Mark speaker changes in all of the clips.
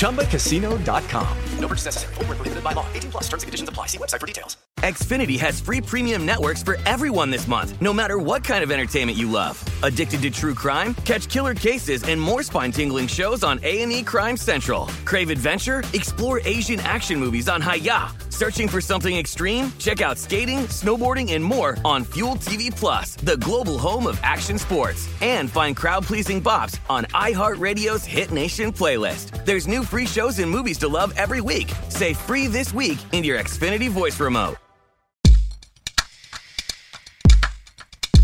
Speaker 1: ChumbaCasino.com. No purchase necessary. Void where prohibited by law. 18 plus terms and conditions apply. See website for details.
Speaker 2: Xfinity has free premium networks for everyone this month, no matter what kind of entertainment you love. Addicted to true crime? Catch killer cases and more spine-tingling shows on A&E Crime Central. Crave adventure? Explore Asian action movies on Hayah. Searching for something extreme? Check out skating, snowboarding, and more on Fuel TV Plus, the global home of action sports. And find crowd-pleasing bops on iHeartRadio's Hit Nation playlist. There's new free shows and movies to love every week. Say free this week in your Xfinity voice remote.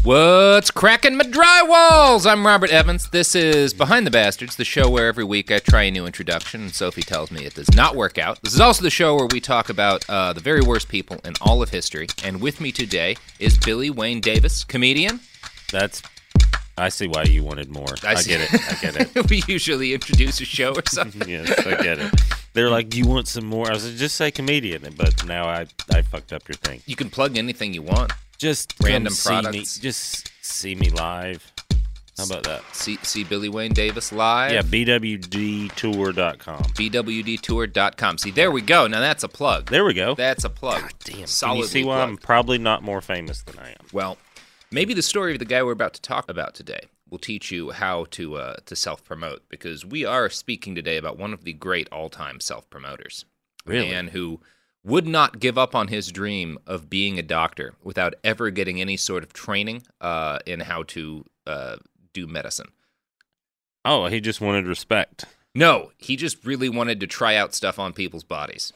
Speaker 3: What's cracking my drywalls? I'm Robert Evans. This is Behind the Bastards, the show where every week I try a new introduction, and Sophie tells me it does not work out. This is also the show where we talk about uh, the very worst people in all of history. And with me today is Billy Wayne Davis, comedian.
Speaker 4: That's. I see why you wanted more. I,
Speaker 3: see-
Speaker 4: get it. I get it.
Speaker 3: we usually introduce a show or something.
Speaker 4: yes, I get it. They're like, "Do you want some more?" I was like, "Just say comedian," but now I I fucked up your thing.
Speaker 3: You can plug anything you want.
Speaker 4: Just
Speaker 3: Random
Speaker 4: come see me,
Speaker 3: products.
Speaker 4: just see me live. How about that?
Speaker 3: See, see Billy Wayne Davis live.
Speaker 4: Yeah, bwdtour.com.
Speaker 3: BWDtour.com. See, there we go. Now that's a plug.
Speaker 4: There we go.
Speaker 3: That's a plug.
Speaker 4: Damn, can
Speaker 3: Solidly
Speaker 4: you see why
Speaker 3: plugged.
Speaker 4: I'm probably not more famous than I am?
Speaker 3: Well, maybe the story of the guy we're about to talk about today will teach you how to uh, to self promote because we are speaking today about one of the great all time self promoters,
Speaker 4: Really?
Speaker 3: a man who would not give up on his dream of being a doctor without ever getting any sort of training uh, in how to uh, do medicine.
Speaker 4: Oh, he just wanted respect.
Speaker 3: No, he just really wanted to try out stuff on people's bodies.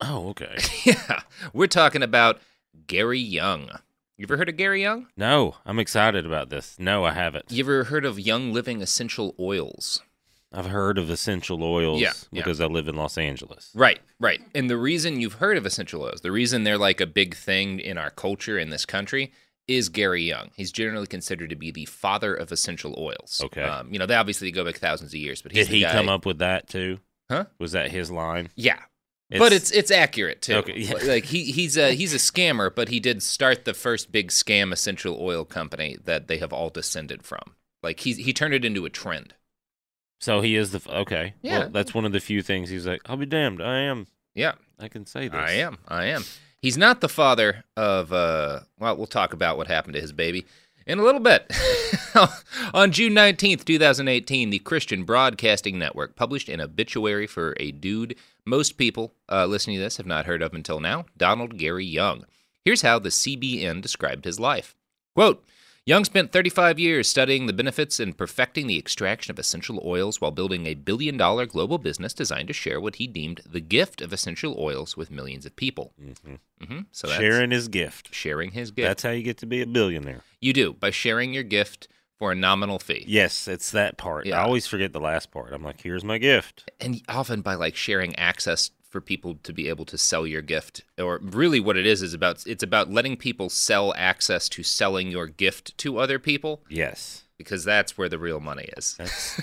Speaker 4: Oh, okay.
Speaker 3: yeah, we're talking about Gary Young. You ever heard of Gary Young?
Speaker 4: No, I'm excited about this. No, I haven't.
Speaker 3: You ever heard of Young Living Essential Oils?
Speaker 4: I've heard of essential oils
Speaker 3: Yeah, yeah.
Speaker 4: because I live in Los Angeles.
Speaker 3: Right, right. And the reason you've heard of essential oils, the reason they're like a big thing in our culture in this country is Gary Young. He's generally considered to be the father of essential oils.
Speaker 4: Okay.
Speaker 3: Um, you know, they obviously go back thousands of years, but he's
Speaker 4: Did
Speaker 3: the
Speaker 4: he
Speaker 3: guy-
Speaker 4: come up with that too?
Speaker 3: Huh?
Speaker 4: Was that his line?
Speaker 3: Yeah. but it's it's accurate too.
Speaker 4: Okay, yeah.
Speaker 3: Like he he's a he's a scammer, but he did start the first big scam essential oil company that they have all descended from. Like he he turned it into a trend.
Speaker 4: So he is the f- okay.
Speaker 3: Yeah.
Speaker 4: Well, that's one of the few things he's like, I'll be damned. I am.
Speaker 3: Yeah.
Speaker 4: I can say this.
Speaker 3: I am. I am. He's not the father of. Uh, well, we'll talk about what happened to his baby in a little bit. On June nineteenth, two thousand eighteen, the Christian Broadcasting Network published an obituary for a dude most people uh, listening to this have not heard of until now, Donald Gary Young. Here's how the CBN described his life. Quote. Young spent 35 years studying the benefits and perfecting the extraction of essential oils while building a billion dollar global business designed to share what he deemed the gift of essential oils with millions of people. hmm So that's
Speaker 4: Mm-hmm. Sharing his gift.
Speaker 3: sharing his gift.
Speaker 4: That's how you get to be a billionaire.
Speaker 3: you do by sharing your gift for a nominal fee.
Speaker 4: Yes, it's that part.
Speaker 3: Yeah.
Speaker 4: I always forget the last part. I'm like, here's my gift.
Speaker 3: and often by like sharing access for people to be able to sell your gift or really what it is is about it's about letting people sell access to selling your gift to other people
Speaker 4: Yes.
Speaker 3: because that's where the real money is
Speaker 4: That's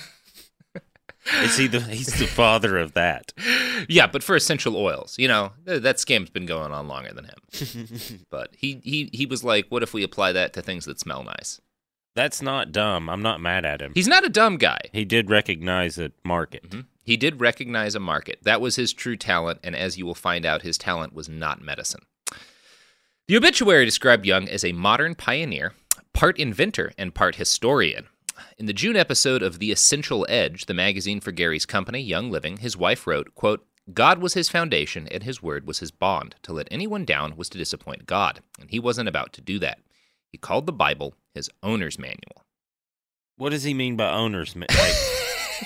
Speaker 4: Is he the? He's the father of that.
Speaker 3: Yeah, but for essential oils, you know, th- that scam's been going on longer than him. but he, he he was like, what if we apply that to things that smell nice?
Speaker 4: That's not dumb. I'm not mad at him.
Speaker 3: He's not a dumb guy. Mm-hmm.
Speaker 4: He did recognize a market.
Speaker 3: He did recognize a market. That was his true talent, and as you will find out, his talent was not medicine. The obituary described Young as a modern pioneer, part inventor and part historian. In the June episode of The Essential Edge, the magazine for Gary's company, Young Living, his wife wrote, quote, God was his foundation and his word was his bond. To let anyone down was to disappoint God, and he wasn't about to do that. He called the Bible his owner's manual.
Speaker 4: What does he mean by owners? ma- Like,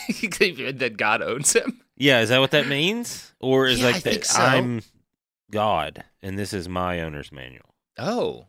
Speaker 3: that God owns him.
Speaker 4: yeah, is that what that means? Or is
Speaker 3: Yeah, I
Speaker 4: like that
Speaker 3: think so.
Speaker 4: I'm God and this is my owner's manual?
Speaker 3: Oh.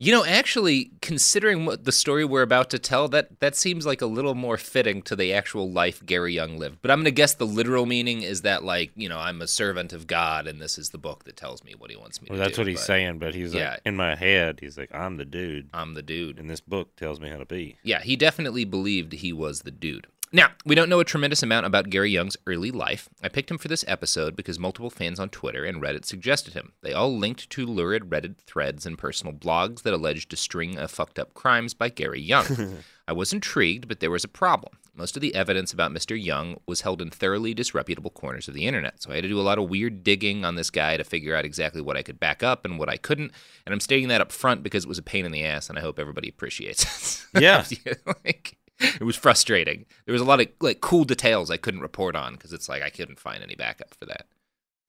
Speaker 3: You know, actually, considering what the story we're about to tell, that, that seems like a little more fitting to the actual life Gary Young lived. But I'm going to guess the literal meaning is that, like, you know, I'm a servant of God, and this is the book that tells me what he wants me
Speaker 4: Well,
Speaker 3: to do.
Speaker 4: that's what he's
Speaker 3: but
Speaker 4: saying. But he's
Speaker 3: yeah.
Speaker 4: like in my head. He's like I'm the dude,
Speaker 3: I'm the dude.
Speaker 4: and this book tells me how to be.
Speaker 3: Yeah, he definitely believed he was the dude. Now, we don't know a tremendous amount about Gary Young's early life. I picked him for this episode because multiple fans on Twitter and Reddit suggested him. They all linked to lurid Reddit threads and personal blogs that alleged a string of fucked up crimes by Gary Young. I was intrigued, but there was a problem. Most of the evidence about Mr. Young was held in thoroughly disreputable corners of the internet, so I had to do a lot of weird digging on this guy to figure out exactly what I could back up and what I couldn't. And I'm stating that up front because it was a pain in the ass, and I hope everybody appreciates it.
Speaker 4: Yeah.
Speaker 3: like, it was frustrating. There was a lot of like cool details I couldn't report on because it's like I couldn't find any backup for that.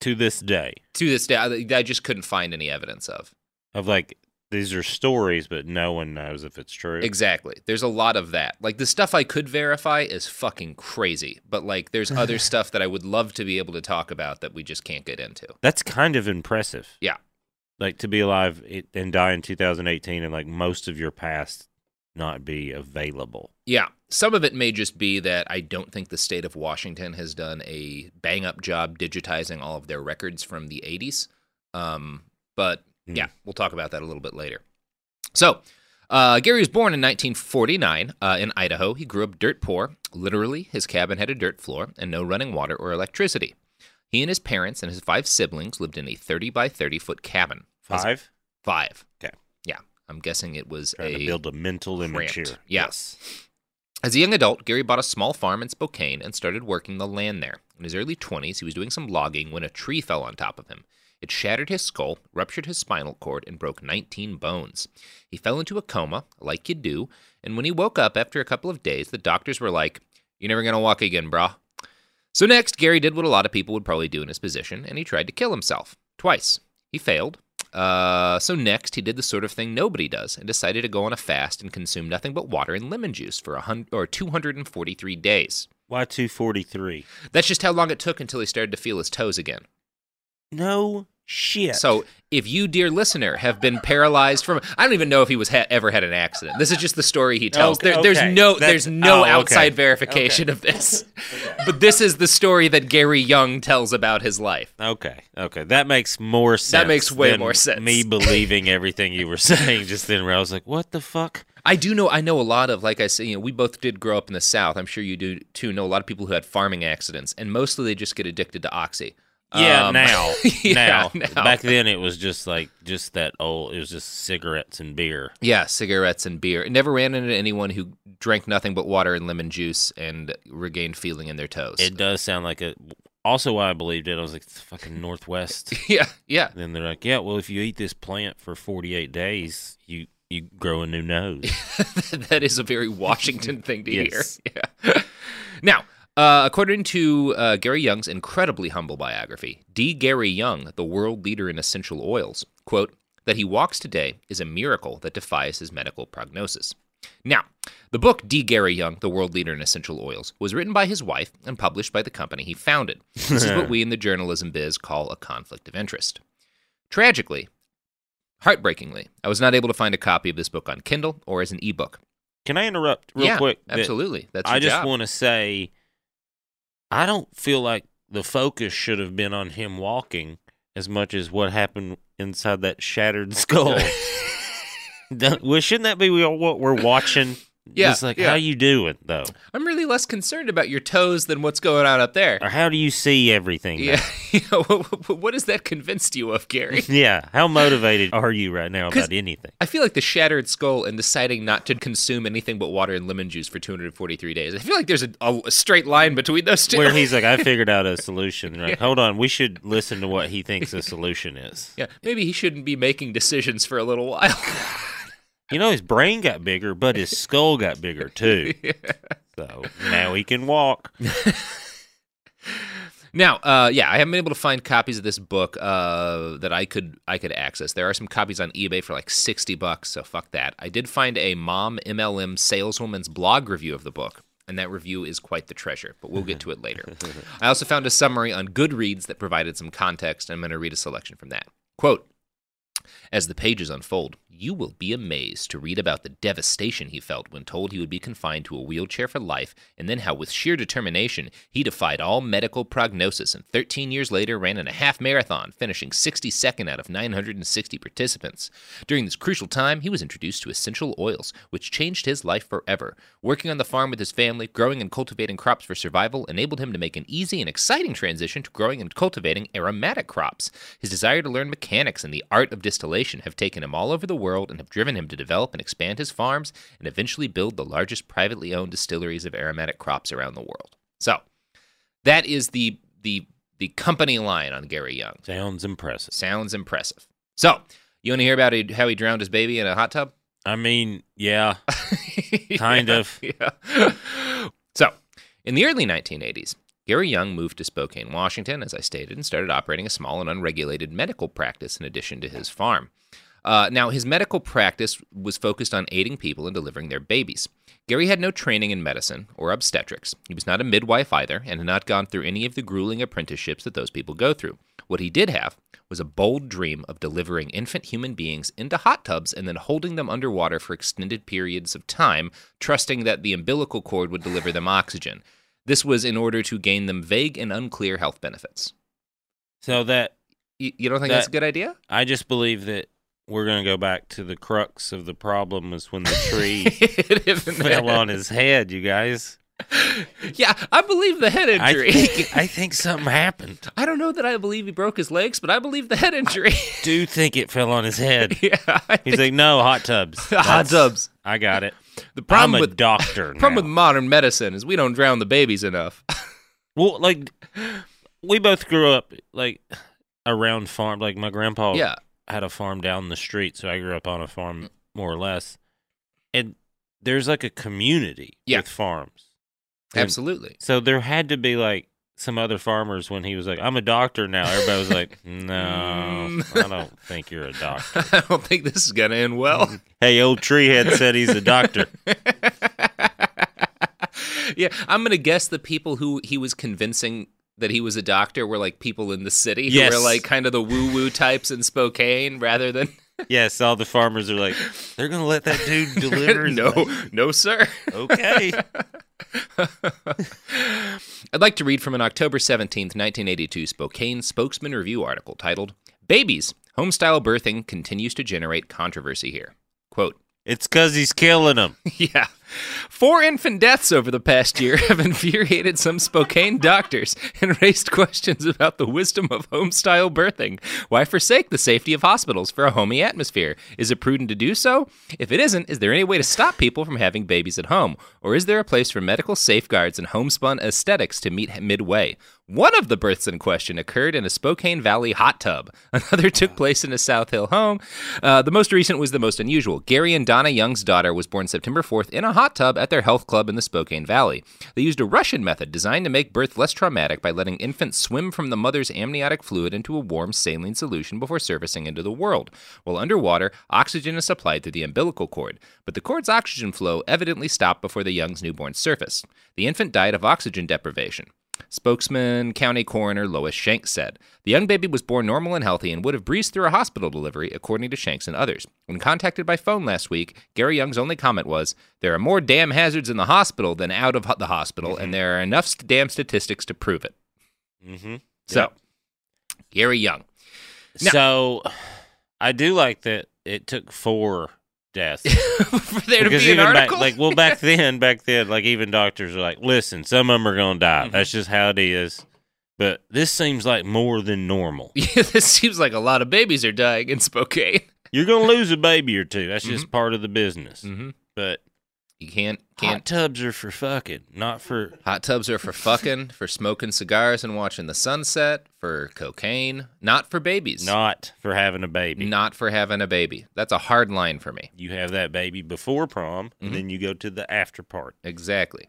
Speaker 4: To this day,
Speaker 3: To this day, I I just couldn't find any evidence of.
Speaker 4: of like these are stories, but no one knows if it's true.
Speaker 3: Exactly. There's a lot of that. Like the stuff I could verify is fucking crazy, but like there's other stuff that I would love to be able to talk about that we just can't get into.
Speaker 4: That's kind of impressive.
Speaker 3: Yeah.
Speaker 4: like to be alive it- and die in 2018 and like most of your past not be available
Speaker 3: Yeah. Some of it may just be that I don't think the state of Washington has done a bang up job digitizing all of their records from the 80s. Um, but
Speaker 4: Hmm.
Speaker 3: yeah, we'll talk about that a little bit later. So, uh, Gary was born in 1949 uh, in Idaho. He grew up dirt poor. Literally, his cabin had a dirt floor and no running water or electricity. He and his parents and his five siblings lived in a 30 by 30 foot cabin.
Speaker 4: five
Speaker 3: Five.
Speaker 4: Okay.
Speaker 3: Yeah. I'm guessing it was
Speaker 4: trying
Speaker 3: a
Speaker 4: to build a mental image here
Speaker 3: cramped. Yeah. As a young adult, Gary bought a small farm in Spokane and started working the land there. In his early 20s, he was doing some logging when a tree fell on top of him. It shattered his skull, ruptured his spinal cord, and broke 19 bones. He fell into a coma, like you do, and when he woke up after a couple of days, the doctors were like, You're never going to walk again, brah. So next, Gary did what a lot of people would probably do in his position, and he tried to kill himself. Twice. He failed. Uh, so next, he did the sort of thing nobody does, and decided to go on a fast and consume nothing but water and lemon juice for a hundred or 243 days.
Speaker 4: why 243
Speaker 3: That's just how long it took until he started to feel his toes again.
Speaker 4: no shit
Speaker 3: So, if you, dear listener, have been paralyzed from, I don't even know if he was ha- ever had an accident. This is just the story he tells.
Speaker 4: Okay,
Speaker 3: There, there's
Speaker 4: okay.
Speaker 3: no,
Speaker 4: That's-
Speaker 3: there's no
Speaker 4: oh, okay.
Speaker 3: outside verification of this. But this is the story that Gary Young tells about his life.
Speaker 4: okay okay that makes more sense
Speaker 3: makes way
Speaker 4: than
Speaker 3: more sense.
Speaker 4: me believing everything you were saying just then where i was like what the fuck
Speaker 3: I do know. I know a lot of like I say. You know, we both did grow up in the South. I'm sure you do too. Know a lot of people who had farming accidents, and mostly they just get addicted to oxy.
Speaker 4: yeah,
Speaker 3: Um,
Speaker 4: now,
Speaker 3: yeah,
Speaker 4: now,
Speaker 3: now.
Speaker 4: Back then, it was just like just that old. It was just cigarettes and beer.
Speaker 3: Yeah, cigarettes and beer. It never ran into anyone who drank nothing but water and lemon juice and regained feeling in their toes.
Speaker 4: It does sound like a. Also, why I believed it, I was like, it's the fucking Northwest.
Speaker 3: yeah, yeah.
Speaker 4: then they're like, yeah, well, if you eat this plant for 48 days, you you grow a new nose.
Speaker 3: that is a very Washington thing to
Speaker 4: Yes.
Speaker 3: hear. Yeah. Now, uh, according to uh, Gary Young's incredibly humble biography, D. Gary Young, the world leader in essential oils, quote, that he walks today is a miracle that defies his medical prognosis. Now, the book D. Gary Young, The World Leader in Essential Oils, was written by his wife and published by the company he founded. This is what we in the journalism biz call a conflict of interest. Tragically, heartbreakingly, I was not able to find a copy of this book on Kindle or as an ebook
Speaker 4: Can I interrupt real
Speaker 3: yeah,
Speaker 4: quick? that
Speaker 3: Absolutely. That's
Speaker 4: I
Speaker 3: your
Speaker 4: just
Speaker 3: job.
Speaker 4: want to say, I don't feel like the focus should have been on him walking as much as what happened inside that shattered skull. Don't- well, shouldn't that be we- what we're watching
Speaker 3: Yeah,
Speaker 4: It's like,
Speaker 3: yeah.
Speaker 4: how you doing, though?
Speaker 3: I'm really less concerned about your toes than what's going on up there.
Speaker 4: Or how do you see everything? now?
Speaker 3: Yeah, you know, what, what, what has that convinced you of, Gary?
Speaker 4: yeah. How motivated are you right now
Speaker 3: 'Cause-
Speaker 4: about anything?
Speaker 3: I feel like the shattered skull and deciding not to consume anything but water and lemon juice for 243 days. I feel like there's a, a, a straight line between those two.
Speaker 4: Where he's like, I figured out a solution. Like, Hold on, we should listen to what he thinks the solution is.
Speaker 3: yeah, maybe he shouldn't be making decisions for a little while.
Speaker 4: You know, his brain got bigger, but his skull got bigger too. So now he can walk.
Speaker 3: Now, uh, yeah, I haven't been able to find copies of this book uh, that I could I could access. There are some copies on eBay for like sixty bucks, so fuck that. I did find a mom MLM saleswoman's blog review of the book, and that review is quite the treasure. But we'll get to it later. I also found a summary on Goodreads that provided some context, and I'm going to read a selection from that. Quote. As the pages unfold, you will be amazed to read about the devastation he felt when told he would be confined to a wheelchair for life, and then how, with sheer determination, he defied all medical prognosis and 13 years later ran in a half marathon, finishing 62nd out of 960 participants. During this crucial time, he was introduced to essential oils, which changed his life forever. Working on the farm with his family, growing and cultivating crops for survival enabled him to make an easy and exciting transition to growing and cultivating aromatic crops. His desire to learn mechanics and the art of distillation have taken him all over the world and have driven him to develop and expand his farms and eventually build the largest privately owned distilleries of aromatic crops around the world. So, that is the the the company line on Gary Young.
Speaker 4: Sounds impressive.
Speaker 3: Sounds impressive. So, you want to hear about he- how he drowned his baby in a hot tub?
Speaker 4: I mean, yeah, Kind of.
Speaker 3: Yeah. So, in the early 1980s, Gary Young moved to Spokane, Washington, as I stated, and started operating a small and unregulated medical practice in addition to his farm. Uh, now, his medical practice was focused on aiding people in delivering their babies. Gary had no training in medicine or obstetrics. He was not a midwife either and had not gone through any of the grueling apprenticeships that those people go through. What he did have was a bold dream of delivering infant human beings into hot tubs and then holding them underwater for extended periods of time, trusting that the umbilical cord would deliver them oxygen. This was in order to gain them vague and unclear health benefits.
Speaker 4: So that
Speaker 3: You, you don't think
Speaker 4: That-
Speaker 3: that's a good idea?
Speaker 4: I just believe that we're gonna go back to the crux of the problem is when the tree
Speaker 3: It isn't
Speaker 4: fell
Speaker 3: that-
Speaker 4: on his head. You guys,
Speaker 3: Yeah, I believe the head
Speaker 4: I
Speaker 3: injury.
Speaker 4: think I think something happened.
Speaker 3: I don't know that I believe he broke his legs, but I believe the head injury.
Speaker 4: Do think it fell on his head.
Speaker 3: yeah, I
Speaker 4: He's like,
Speaker 3: think
Speaker 4: no, hot tubs.
Speaker 3: hot
Speaker 4: That's-
Speaker 3: tubs.
Speaker 4: I got it.
Speaker 3: The
Speaker 4: I'm
Speaker 3: problem
Speaker 4: a
Speaker 3: with
Speaker 4: doctor.
Speaker 3: problem with
Speaker 4: now.
Speaker 3: modern medicine is we don't drown the babies enough.
Speaker 4: Well, like we both grew up like around farm. Like my grandpa
Speaker 3: Yeah.
Speaker 4: had a farm down the street, so I grew up on a farm more or less. And there's like a community
Speaker 3: Yeah.
Speaker 4: with farms. And
Speaker 3: Absolutely.
Speaker 4: So there had to be like some other farmers when he was like, "I'm a doctor now." Everybody was like, "No,
Speaker 3: Mm.
Speaker 4: I don't think you're a doctor."
Speaker 3: I don't think this is gonna end well.
Speaker 4: hey, old treehead said he's a doctor.
Speaker 3: yeah, I'm gonna guess the people who he was convincing that he was a doctor were like people in the city
Speaker 4: Yes.
Speaker 3: who were like kind of the woo woo types in Spokane rather than
Speaker 4: yes, all the farmers are like, "They're gonna let that dude deliver." his
Speaker 3: no,
Speaker 4: baby."
Speaker 3: no, sir.
Speaker 4: okay.
Speaker 3: I'd like to read from an October 17th, 1982 Spokane Spokesman Review article titled, Babies, Homestyle Birthing Continues to Generate Controversy Here. Quote,
Speaker 4: It's because he's killing them.
Speaker 3: yeah. Four infant deaths over the past year have infuriated some Spokane doctors and raised questions about the wisdom of homestyle birthing. Why forsake the safety of hospitals for a homey atmosphere? Is it prudent to do so? If it isn't, is there any way to stop people from having babies at home? Or is there a place for medical safeguards and homespun aesthetics to meet midway? One of the births in question occurred in a Spokane Valley hot tub. Another took place in a South Hill home. Uh, the most recent was the most unusual. Gary and Donna Young's daughter was born September 4th in a hot tub at their health club in the Spokane Valley. They used a Russian method designed to make birth less traumatic by letting infants swim from the mother's amniotic fluid into a warm saline solution before surfacing into the world. While underwater, oxygen is supplied through the umbilical cord, but the cord's oxygen flow evidently stopped before the Young's newborn surfaced. The infant died of oxygen deprivation. Spokesman County Coroner Lois Shanks said the young baby was born normal and healthy and would have breezed through a hospital delivery, according to Shanks and others. When contacted by phone last week, Gary Young's only comment was, "There are more damn hazards in the hospital than out of ho- the hospital, and there are enough st- damn statistics to prove it."
Speaker 4: Mm-hmm.
Speaker 3: So, Gary Young, Now-
Speaker 4: So I do like that it took four death.
Speaker 3: for there to
Speaker 4: because
Speaker 3: be an
Speaker 4: even
Speaker 3: article.
Speaker 4: back, like well, back then, back then, like even doctors are like, listen, some of them are gonna die. That's just how it is. But this seems like more than normal.
Speaker 3: yeah, this seems like a lot of babies are dying in Spokane.
Speaker 4: You're gonna lose a baby or two. That's just part of the business.
Speaker 3: Mhm.
Speaker 4: But
Speaker 3: You can't
Speaker 4: hot
Speaker 3: can't.
Speaker 4: tubs are for fucking, not for
Speaker 3: Hot tubs are for fucking, for smoking cigars and watching the sunset, for cocaine, not for babies.
Speaker 4: not for having a baby.
Speaker 3: Not for having a baby. That's a hard line for me.
Speaker 4: You have that baby before prom, and then you go to the after part.
Speaker 3: Exactly.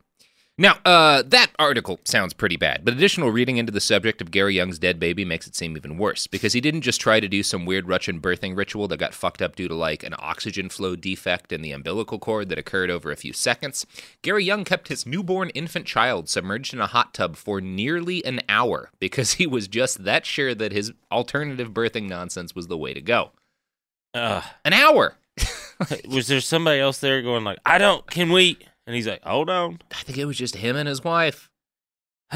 Speaker 3: Now, uh, that article sounds pretty bad, but additional reading into the subject of Gary Young's dead baby makes it seem even worse because he didn't just try to do some weird Russian birthing ritual that got fucked up due to like an oxygen flow defect in the umbilical cord that occurred over a few seconds. Gary Young kept his newborn infant child submerged in a hot tub for nearly an hour because he was just that sure that his alternative birthing nonsense was the way to go.
Speaker 4: Ugh.
Speaker 3: An hour!
Speaker 4: was there somebody else there going like, I don't, can we? And he's like, hold on.
Speaker 3: I think it was just him and his wife.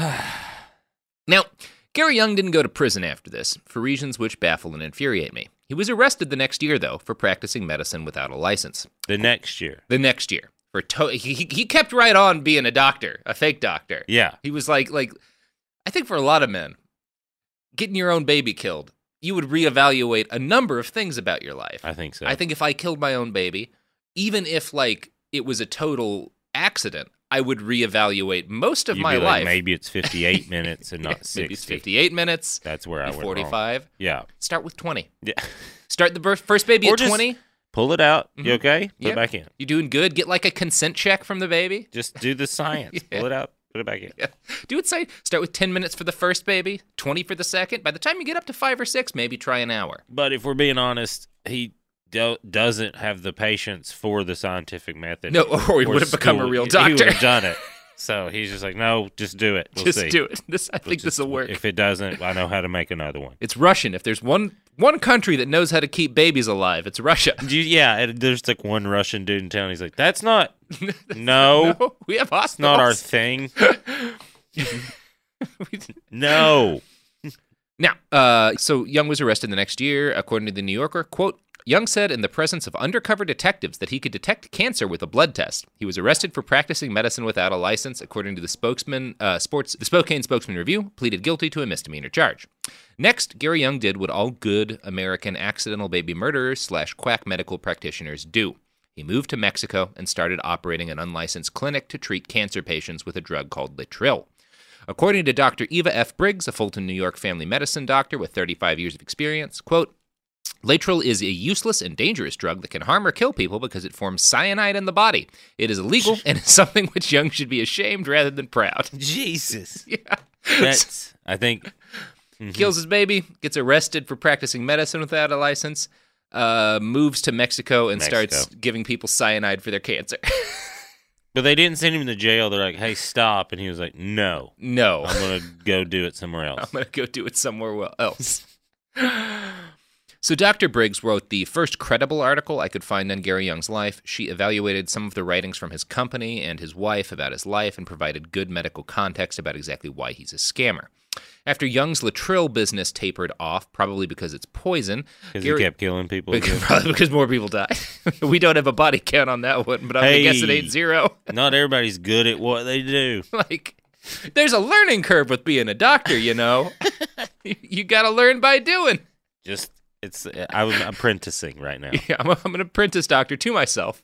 Speaker 3: now, Gary Young didn't go to prison after this for reasons which baffle and infuriate me. He was arrested the next year, though, for practicing medicine without a license.
Speaker 4: The next year.
Speaker 3: The next year, for to- he, he- he kept right on being a doctor, a fake doctor.
Speaker 4: Yeah.
Speaker 3: He was like, like, I think for a lot of men, getting your own baby killed, you would reevaluate a number of things about your life.
Speaker 4: I think so.
Speaker 3: I think if I killed my own baby, even if like it was a total accident, I would reevaluate most of
Speaker 4: You'd
Speaker 3: my
Speaker 4: be like,
Speaker 3: life.
Speaker 4: Maybe it's 58 minutes and not 60.
Speaker 3: Maybe it's 58 minutes.
Speaker 4: That's where I
Speaker 3: be
Speaker 4: went wrong.
Speaker 3: 45.
Speaker 4: Yeah.
Speaker 3: Start with 20.
Speaker 4: Yeah.
Speaker 3: Start the birth, first baby
Speaker 4: Or
Speaker 3: at
Speaker 4: just
Speaker 3: 20.
Speaker 4: Pull it out. You
Speaker 3: Mhm.
Speaker 4: okay? Put
Speaker 3: Yeah.
Speaker 4: it back in.
Speaker 3: You doing good? Get like a consent check from the baby.
Speaker 4: Just do the science.
Speaker 3: Yeah.
Speaker 4: Pull it out. Put it back in.
Speaker 3: Yeah. Do it say start with 10 minutes for the first baby, 20 for the second. By the time you get up to 5 or 6, maybe try an hour.
Speaker 4: But if we're being honest, he do- doesn't have the patience for the scientific method.
Speaker 3: No, or he would've become a
Speaker 4: schooling.
Speaker 3: real
Speaker 4: He would
Speaker 3: doctor.
Speaker 4: have done it. So he's just like, no, just do it. We'll
Speaker 3: just
Speaker 4: see.
Speaker 3: do it. This I think this will work.
Speaker 4: If it doesn't, I know how to make another one.
Speaker 3: it's Russian. If there's one one country that knows how to keep babies alive, it's Russia.
Speaker 4: Do you- yeah, and there's like one Russian dude in town. He's like, that's not, no,
Speaker 3: No, we have
Speaker 4: it's not our
Speaker 3: hospitals.
Speaker 4: thing.
Speaker 3: We-
Speaker 4: No.
Speaker 3: Now, uh, so Young was arrested the next year, according to the New Yorker. Quote, Young said in the presence of undercover detectives that he could detect cancer with a blood test. He was arrested for practicing medicine without a license, according to the spokesman, uh, sports, the Spokane Spokesman Review, pleaded guilty to a misdemeanor charge. Next, Gary Young did what all good American accidental baby murderers slash quack medical practitioners do. He moved to Mexico and started operating an unlicensed clinic to treat cancer patients with a drug called Latril. According to Dr. Eva F. Briggs, a Fulton, New York family medicine doctor with 35 years of experience, quote, Latril is a useless and dangerous drug that can harm or kill people because it forms cyanide in the body. It is illegal and is something which Young should be ashamed rather than proud.
Speaker 4: Mm-hmm. Jesus.
Speaker 3: yeah.
Speaker 4: That's, I think,
Speaker 3: Kills his baby, gets arrested for practicing medicine without a license, uh, moves to Mexico and starts
Speaker 4: Mexico.
Speaker 3: giving people cyanide for their cancer.
Speaker 4: but they didn't send him to jail. They're like, hey, stop. And he was like, no,
Speaker 3: no.
Speaker 4: I'm going to go do it somewhere else.
Speaker 3: I'm going to go do it somewhere wel- else. so, Dr. Briggs wrote the first credible article I could find on Gary Young's life. She evaluated some of the writings from his company and his wife about his life and provided good medical context about exactly why he's a scammer. After Young's Latril business tapered off, probably because it's poison,
Speaker 4: Because he kept killing people.
Speaker 3: because, probably because more people die. we don't have a body count on that one, but I'm gonna guess it
Speaker 4: Hey.
Speaker 3: ain't zero.
Speaker 4: Not everybody's good at what they do.
Speaker 3: like, there's a learning curve with being a doctor, you know. you, you gotta learn by doing.
Speaker 4: Just, it's, I'm apprenticing right now.
Speaker 3: Yeah, I'm, a, I'm an apprentice doctor to myself.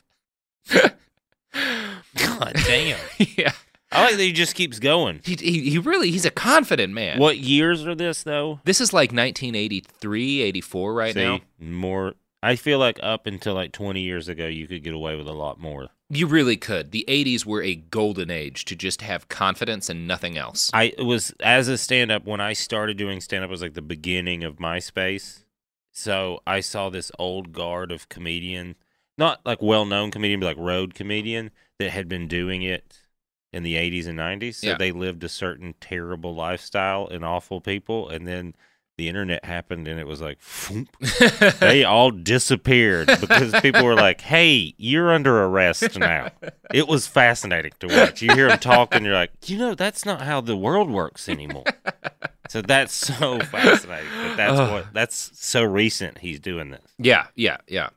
Speaker 4: God damn.
Speaker 3: yeah,
Speaker 4: I like that he just keeps going.
Speaker 3: he, he, he really he's a confident man.
Speaker 4: What years are this, though?
Speaker 3: This is like 1983, 84 right
Speaker 4: See,
Speaker 3: now.
Speaker 4: more. I feel like up until like 20 years ago, you could get away with a lot more.
Speaker 3: You really could. The 80s were a golden age to just have confidence and nothing else.
Speaker 4: I it was as a stand up when I started doing stand up was like the beginning of MySpace. So I saw this old guard of comedian, not like well known comedian, but like road comedian that had been doing it in the 80s and 90s. So
Speaker 3: Yeah.
Speaker 4: they lived a certain terrible lifestyle and awful people. And then the internet happened and it was like, phoomp, they all disappeared because people were like, "Hey, you're under arrest now." It was fascinating to watch. You hear them talk, and you're like, "You know, that's not how the world works anymore." So that's so fascinating. But that's what that's so recent. He's doing this.
Speaker 3: Yeah, yeah, yeah.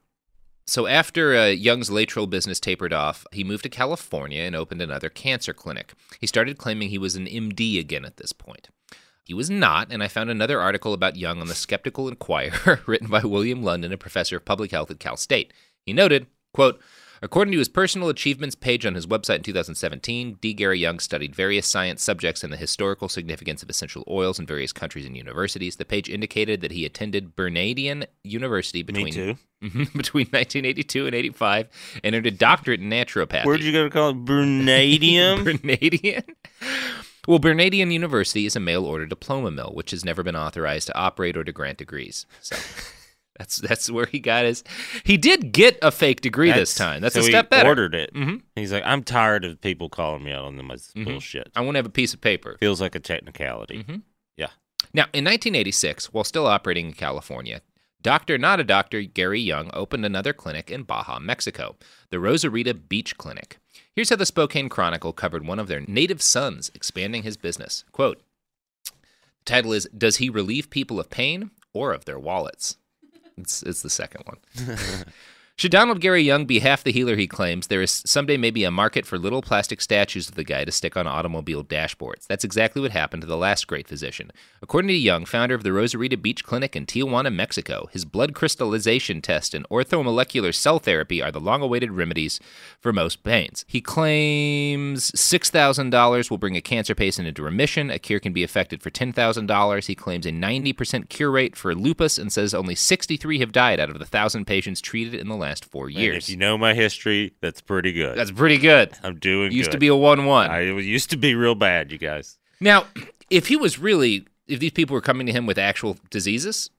Speaker 3: So after uh, Young's lateral business tapered off, he moved to California and opened another cancer clinic. He started claiming he was an MD again at this point. He was not, and I found another article about Young on the Skeptical Inquirer written by William London, a professor of public health at Cal State. He noted, quote, According to his personal achievements page on his website in 2017, D. Gary Young studied various science subjects and the historical significance of essential oils in various countries and universities. The page indicated that he attended Bernadian University between
Speaker 4: Me too.
Speaker 3: Mhm, between 1982 and 85 and earned a doctorate in naturopathy.
Speaker 4: Where'd you go to call it? Brunadium?
Speaker 3: Bernadian? Well, Bernadian University is a mail order diploma mill, which has never been authorized to operate or to grant degrees. So that's that's where he got his. He did get a fake degree this
Speaker 4: That's-
Speaker 3: time. That's
Speaker 4: so
Speaker 3: a
Speaker 4: he
Speaker 3: step better.
Speaker 4: ordered it.
Speaker 3: Mhm.
Speaker 4: He's like, I'm tired of people calling me out on this
Speaker 3: Mm-hmm.
Speaker 4: bullshit.
Speaker 3: I want to have a piece of paper.
Speaker 4: Feels like a technicality.
Speaker 3: Mm-hmm.
Speaker 4: Yeah.
Speaker 3: Now, in 1986, while still operating in California, Doctor Not a Doctor Gary Young opened another clinic in Baja, Mexico, the Rosarita Beach Clinic. Here's how the Spokane Chronicle covered one of their native sons expanding his business. Quote The title is Does He Relieve People of Pain or of Their Wallets? It's, it's the second one. Should Donald Gary Young be half the healer he claims, there is someday maybe a market for little plastic statues of the guy to stick on automobile dashboards. That's exactly what happened to the last great physician. According to Young, founder of the Rosarita Beach Clinic in Tijuana, Mexico, his blood crystallization test and orthomolecular cell therapy are the long awaited remedies for most pains. He claims $6,000 will bring a cancer patient into remission. A cure can be effected for $10,000. He claims a 90% cure rate for lupus and says only 63 have died out of the 1,000 patients treated in the last four
Speaker 4: Man,
Speaker 3: years.
Speaker 4: if you know my history, that's pretty good.
Speaker 3: That's pretty good.
Speaker 4: I'm doing
Speaker 3: Used to
Speaker 4: good.
Speaker 3: be a 1 1.
Speaker 4: I used to be real bad, you guys.
Speaker 3: Now, if he was really, if these people were coming to him with actual diseases,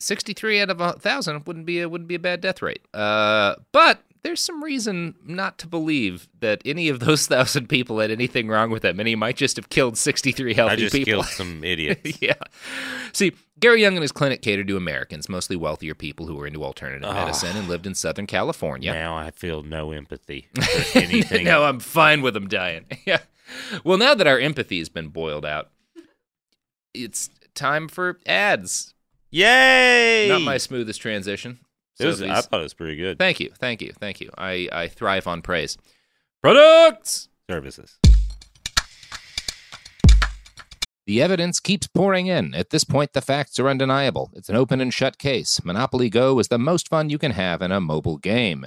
Speaker 3: sixty-three out of a thousand wouldn't be a, wouldn't be a bad death rate. Uh, but there's some reason not to believe that any of those thousand people had anything wrong with them, and he might just have killed sixty-three healthy
Speaker 4: I just
Speaker 3: people.
Speaker 4: killed some idiots.
Speaker 3: yeah. See, Gary Young and his clinic catered to Americans, mostly wealthier people who were into alternative
Speaker 4: Ah.
Speaker 3: medicine and lived in Southern California.
Speaker 4: Now I feel no empathy for anything.
Speaker 3: No, I'm fine with them dying. yeah. Well, now that our empathy has been boiled out, it's time for ads.
Speaker 4: Yay!
Speaker 3: uh, Not my smoothest transition.
Speaker 4: It
Speaker 3: So
Speaker 4: was- I
Speaker 3: please-
Speaker 4: thought it was pretty good.
Speaker 3: thank you, thank you, thank you. I, I thrive on praise. Products.
Speaker 4: Services.
Speaker 3: The evidence keeps pouring in. At this point, the facts are undeniable. It's an open and shut case. Monopoly Go is the most fun you can have in a mobile game.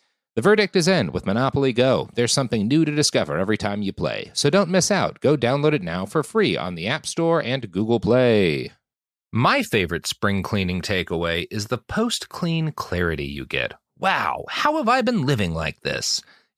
Speaker 3: The verdict is in with Monopoly Go. There's something new to discover every time you play. So don't miss out. Go download it now for free on the App Store and Google Play. My favorite spring cleaning takeaway is the post clean clarity you get. Wow, how have I been living like this?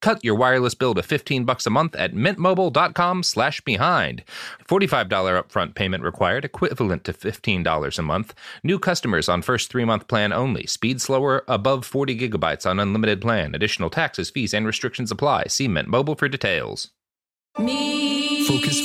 Speaker 3: Cut your wireless bill to 15 bucks a month at mintmobile.com slash behind. $45 upfront payment required, equivalent to $15 a month. New customers on first three-month plan only. Speed slower, above 40 gigabytes on unlimited plan. Additional taxes, fees, and restrictions apply. See Mint Mobile for details.
Speaker 5: Focus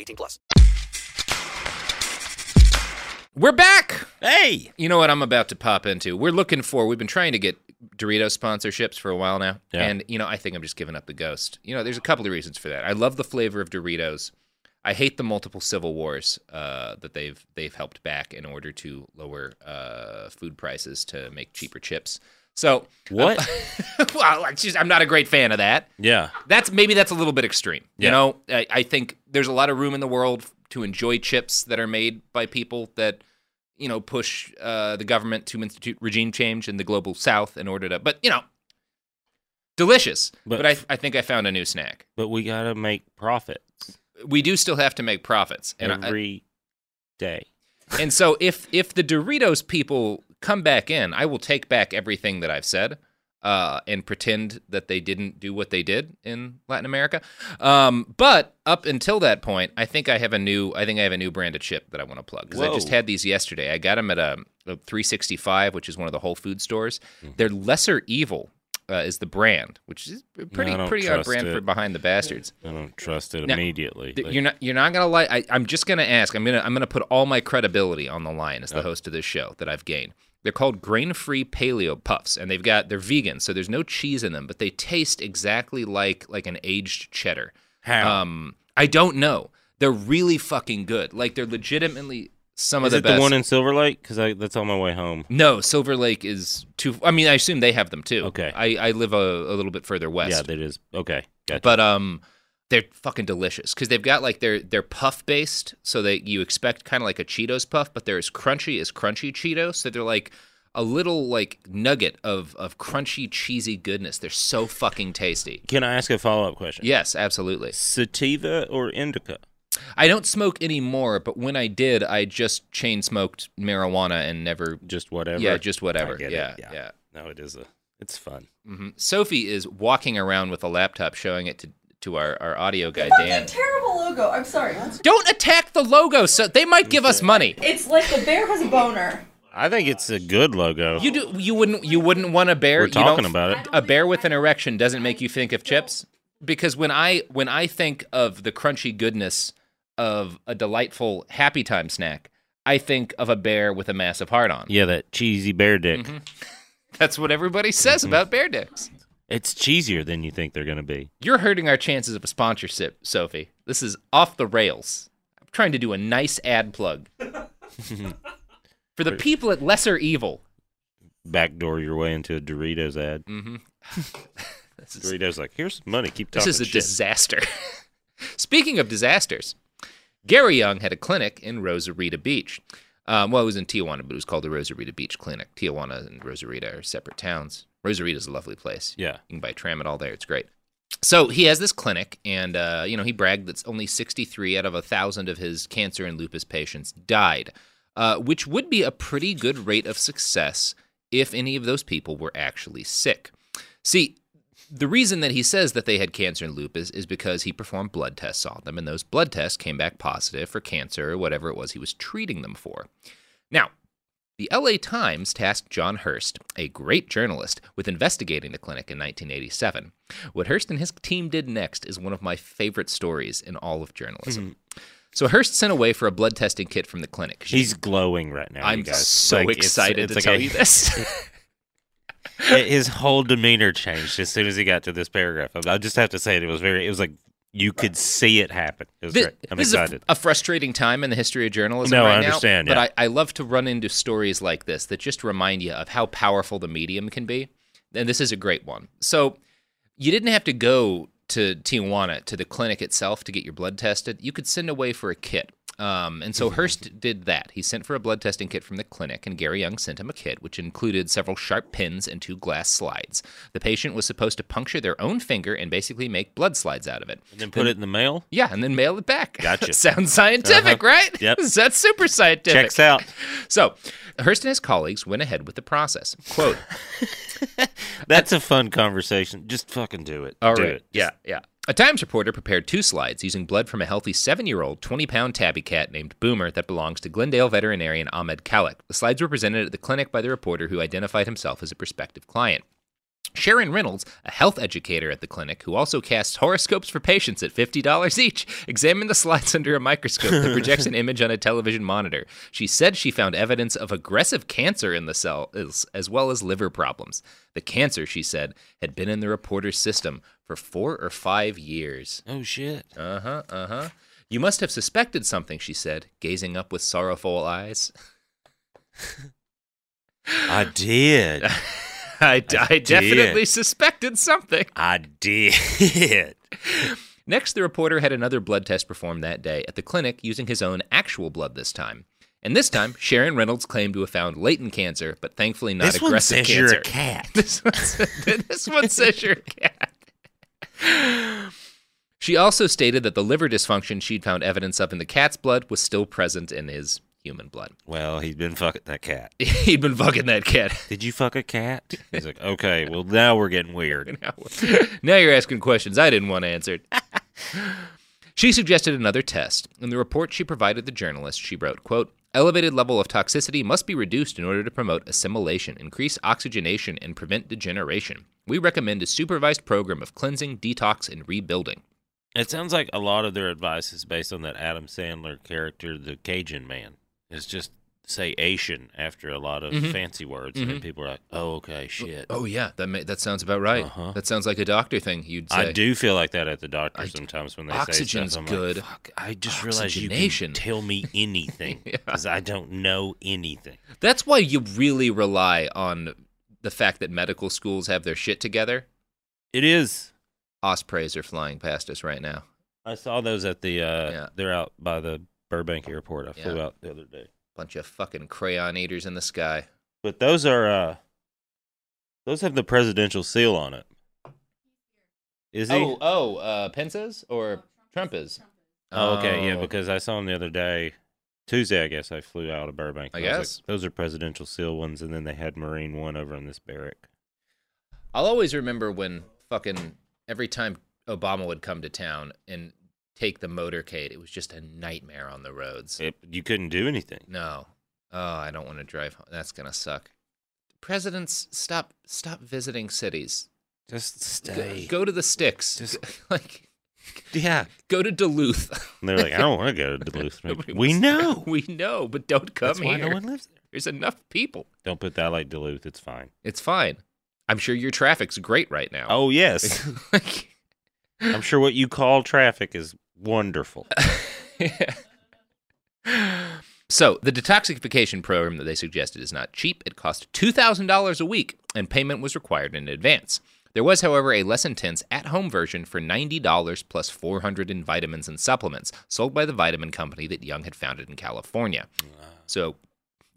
Speaker 6: 18 plus.
Speaker 3: We're back.
Speaker 4: Hey,
Speaker 3: You know what I'm about to pop into? We're looking for. We've been trying to get Doritos sponsorships for a while now,
Speaker 4: Yeah.
Speaker 3: and you know I think I'm just giving up the ghost. You know, there's a couple of reasons for that. I love the flavor of Doritos. I hate the multiple civil wars uh, that they've they've helped back in order to lower uh, food prices to make cheaper chips. So
Speaker 4: what?
Speaker 3: well, I just, I'm not a great fan of that.
Speaker 4: yeah,
Speaker 3: That's maybe that's a little bit extreme. You
Speaker 4: Yeah.
Speaker 3: know, I, I think there's a lot of room in the world to enjoy chips that are made by people that you know push uh, the government to institute regime change in the global South in order to. But you know, delicious. But,
Speaker 4: But-
Speaker 3: I, I think I found a new snack.
Speaker 4: but we gotta make profits
Speaker 3: We do still have to make profits, and I-
Speaker 4: every day.
Speaker 3: and so if if the Doritos people come back in, I will take back everything that I've said uh, and pretend that they didn't do what they did in Latin America. Um, but up until that point, I think I have a new I think I have a new brand of chip that I want to plug because I just
Speaker 4: Whoa.
Speaker 3: had these yesterday. I got them at a, a 365, which is one of the Whole Food stores.
Speaker 4: Mm-hmm.
Speaker 3: They're Lesser Evil. Uh, is the brand, which is pretty
Speaker 4: I don't
Speaker 3: pretty on
Speaker 4: trust
Speaker 3: brand
Speaker 4: it.
Speaker 3: for behind the bastards.
Speaker 4: I don't trust it
Speaker 3: Now,
Speaker 4: immediately.
Speaker 3: Th-
Speaker 4: Like,
Speaker 3: You're not. You're not gonna like. I, I'm just gonna ask. I'm gonna. I'm gonna put all my credibility on the line as the host of this show that I've gained. They're called grain-free paleo puffs, and they've got. They're vegan, so there's no cheese in them, but they taste exactly like like an aged cheddar.
Speaker 4: how?
Speaker 3: Um, I don't know. They're really fucking good. Like they're legitimately some
Speaker 4: Is
Speaker 3: of the
Speaker 4: it
Speaker 3: best.
Speaker 4: the one in Silver Lake? Because that's on my way home.
Speaker 3: no, Silver Lake is too. I mean, I assume they have them too.
Speaker 4: Okay.
Speaker 3: I, I live a, a little bit further west.
Speaker 4: Yeah, that is okay. Gotcha.
Speaker 3: but um they're fucking delicious because they've got like they're they're puff based so that you expect kind of like a cheetos puff but they're as crunchy as crunchy cheetos so they're like a little like nugget of of crunchy cheesy goodness they're so fucking tasty
Speaker 4: Can I ask a follow up question?
Speaker 3: yes absolutely
Speaker 4: Sativa or indica?
Speaker 3: i don't smoke anymore but when i did i just chain smoked marijuana and never
Speaker 4: Just whatever.
Speaker 3: yeah just whatever
Speaker 4: I get it,
Speaker 3: yeah, yeah
Speaker 4: No, it is a. It's fun.
Speaker 3: Mhm. sophie is walking around with a laptop showing it to to our, our audio guy dan
Speaker 7: terrible logo. I'm sorry.
Speaker 3: Don't attack the logo. So they might give us money.
Speaker 7: It's like the bear has a boner.
Speaker 4: I think it's a good logo.
Speaker 3: You do. You wouldn't. You wouldn't want a bear.
Speaker 4: We're
Speaker 3: you don't-
Speaker 4: talking about it.
Speaker 3: A bear with an erection doesn't make you think of chips, because when I when I think of the crunchy goodness of a delightful happy time snack, I think of a bear with a massive heart on.
Speaker 4: Yeah, that cheesy bear dick.
Speaker 3: Mm-hmm. That's what everybody
Speaker 4: Mm-hmm.
Speaker 3: says about bear dicks.
Speaker 4: It's cheesier than you think they're gonna be.
Speaker 3: You're hurting our chances of a sponsorship, Sophie. This is off the rails. I'm trying to do a nice ad plug for the people at Lesser Evil.
Speaker 4: Backdoor your way into a Doritos ad.
Speaker 3: Mm-hmm. This is
Speaker 4: Doritos like, here's some money. Keep
Speaker 3: This
Speaker 4: talking.
Speaker 3: is a
Speaker 4: shit.
Speaker 3: disaster. Speaking of disasters, Gary Young had a clinic in Rosarita Beach. Um, well, it was in Tijuana, but it was called the Rosarita Beach Clinic. Tijuana and Rosarita are separate towns. Rosarita's a lovely place.
Speaker 4: Yeah.
Speaker 3: You can buy tram at all there. It's great. So he has this clinic, and uh, you know he bragged that only 63 out of a thousand of his cancer and lupus patients died, uh, which would be a pretty good rate of success if any of those people were actually sick. See, the reason that he says that they had cancer and lupus is because he performed blood tests on them, and those blood tests came back positive for cancer or whatever it was he was treating them for. Now, the LA Times tasked John Hurst, a great journalist, with investigating the clinic in 1987. What Hurst and his team did next is one of my favorite stories in all of journalism. so Hurst sent away for a blood testing kit from the clinic. 'cause you-
Speaker 4: Hmm. He's glowing right now.
Speaker 3: I'm
Speaker 4: you guys.
Speaker 3: so
Speaker 4: Like, it's- it's
Speaker 3: excited to
Speaker 4: like
Speaker 3: tell
Speaker 4: a-
Speaker 3: you this.
Speaker 4: his whole demeanor changed as soon as he got to this paragraph. I just have to say it, it was very. It was like you could see it happen. It was
Speaker 3: Thi-
Speaker 4: great. I'm
Speaker 3: this
Speaker 4: excited.
Speaker 3: Is a, a frustrating time in the history of journalism.
Speaker 4: No, I
Speaker 3: right
Speaker 4: understand,
Speaker 3: Now,
Speaker 4: yeah.
Speaker 3: But I, I love to run into stories like this that just remind you of how powerful the medium can be. And this is a great one. So you didn't have to go to Tijuana to the clinic itself to get your blood tested. You could send away for a kit. Um, and so Hearst did that. He sent for a blood testing kit from the clinic, and Gary Young sent him a kit, which included several sharp pins and two glass slides. The patient was supposed to puncture their own finger and basically make blood slides out of it.
Speaker 4: And then put it in the mail?
Speaker 3: Yeah, and then mail it back.
Speaker 4: Gotcha.
Speaker 3: Sounds scientific,
Speaker 4: Uh-huh.
Speaker 3: right?
Speaker 4: Yep.
Speaker 3: That's super scientific.
Speaker 4: Checks out.
Speaker 3: So Hearst and his colleagues went ahead with the process. Quote,
Speaker 4: That's a fun conversation. Just fucking do it.
Speaker 3: All right.
Speaker 4: do It.
Speaker 3: Yeah, yeah. A Times reporter prepared two slides using blood from a healthy seven year old 20 pound tabby cat named Boomer that belongs to Glendale veterinarian Ahmed Kalik. The slides were presented at the clinic by the reporter who identified himself as a prospective client. Sharon Reynolds, a health educator at the clinic who also casts horoscopes for patients at $50 each, examined the slides under a microscope that projects an image on a television monitor. She said she found evidence of aggressive cancer in the cells, as well as liver problems. The cancer, she said, had been in the reporter's system for four or five years.
Speaker 4: Oh, shit.
Speaker 3: Uh huh, uh huh. You must have suspected something, she said, gazing up with sorrowful eyes.
Speaker 4: I did.
Speaker 3: I, I
Speaker 4: did.
Speaker 3: definitely suspected something.
Speaker 4: I did.
Speaker 3: Next, the reporter had another blood test performed that day at the clinic using his own actual blood this time. And this time, Sharon Reynolds claimed to have found latent cancer, but thankfully not
Speaker 4: This one says
Speaker 3: aggressive cancer.
Speaker 4: you're a cat.
Speaker 3: this, one says, this one says you're a cat. She also stated that the liver dysfunction she'd found evidence of in the cat's blood was still present in his human blood.
Speaker 4: Well, he's been fucking that cat.
Speaker 3: He'd been fucking that cat.
Speaker 4: Did you fuck a cat? He's like, okay, well, now we're getting weird.
Speaker 3: now you're asking questions I didn't want answered. she suggested another test. In the report she provided the journalist, she wrote, quote, Elevated level of toxicity must be reduced in order to promote assimilation, increase oxygenation, and prevent degeneration. We recommend a supervised program of cleansing, detox, and rebuilding.
Speaker 4: It sounds like a lot of their advice is based on that Adam Sandler character, the Cajun man. It's just say Asian after a lot of
Speaker 3: Mhm.
Speaker 4: fancy words, and
Speaker 3: Mhm.
Speaker 4: then people are like, oh, okay, shit.
Speaker 3: Oh yeah, that ma- that sounds about right.
Speaker 4: Uh-huh.
Speaker 3: That sounds like a doctor thing you'd say.
Speaker 4: I do feel like that at the doctor sometimes when they
Speaker 3: Oxygen's
Speaker 4: say stuff. I'm
Speaker 3: good.
Speaker 4: Like, Fuck, I just realized you can
Speaker 3: Oxygenation.
Speaker 4: tell me anything because I don't know anything.
Speaker 3: That's why you really rely on the fact that medical schools have their shit together.
Speaker 4: It is.
Speaker 3: Ospreys are flying past us right now.
Speaker 4: I saw those at the. Uh,
Speaker 3: Yeah.
Speaker 4: They're out by the Burbank Airport. I flew
Speaker 3: Yeah.
Speaker 4: out the other day.
Speaker 3: Bunch of fucking crayon eaters in the sky.
Speaker 4: But those are. Uh, those have the presidential seal on it. Is he?
Speaker 3: Oh, oh, uh, Pence's or Trump's?
Speaker 4: Oh, okay, yeah,
Speaker 3: Oh.
Speaker 4: because I saw him the other day, Tuesday, I guess. I flew out of Burbank.
Speaker 3: I
Speaker 4: and was like,
Speaker 3: guess.
Speaker 4: those are presidential seal ones, and then they had Marine one over in this barrack.
Speaker 3: I'll always remember when fucking every time Obama would come to town and take the motorcade, it was just a nightmare on the roads.
Speaker 4: It, you couldn't do anything.
Speaker 3: No. Oh, I don't want to drive home. That's gonna suck. Presidents, stop, stop visiting cities.
Speaker 4: Just
Speaker 3: Go-
Speaker 4: stay.
Speaker 3: Go to the sticks.
Speaker 4: Just-
Speaker 3: like,
Speaker 4: Yeah.
Speaker 3: go to Duluth.
Speaker 4: And they're like, I don't want to go to Duluth. Like,
Speaker 3: Nobody
Speaker 4: we
Speaker 3: wants-
Speaker 4: know.
Speaker 3: we know, but don't come
Speaker 4: That's
Speaker 3: here.
Speaker 4: why no one lives there.
Speaker 3: There's enough people.
Speaker 4: Don't put that like Duluth. It's fine.
Speaker 3: It's fine. I'm sure your traffic's great right now.
Speaker 4: Oh yes,
Speaker 3: Like,
Speaker 4: I'm sure what you call traffic is wonderful.
Speaker 3: so the detoxification program that they suggested is not cheap. It cost two thousand dollars a week, and payment was required in advance. There was, however, a less intense at-home version for ninety dollars plus four hundred in vitamins and supplements, sold by the vitamin company that Young had founded in California. So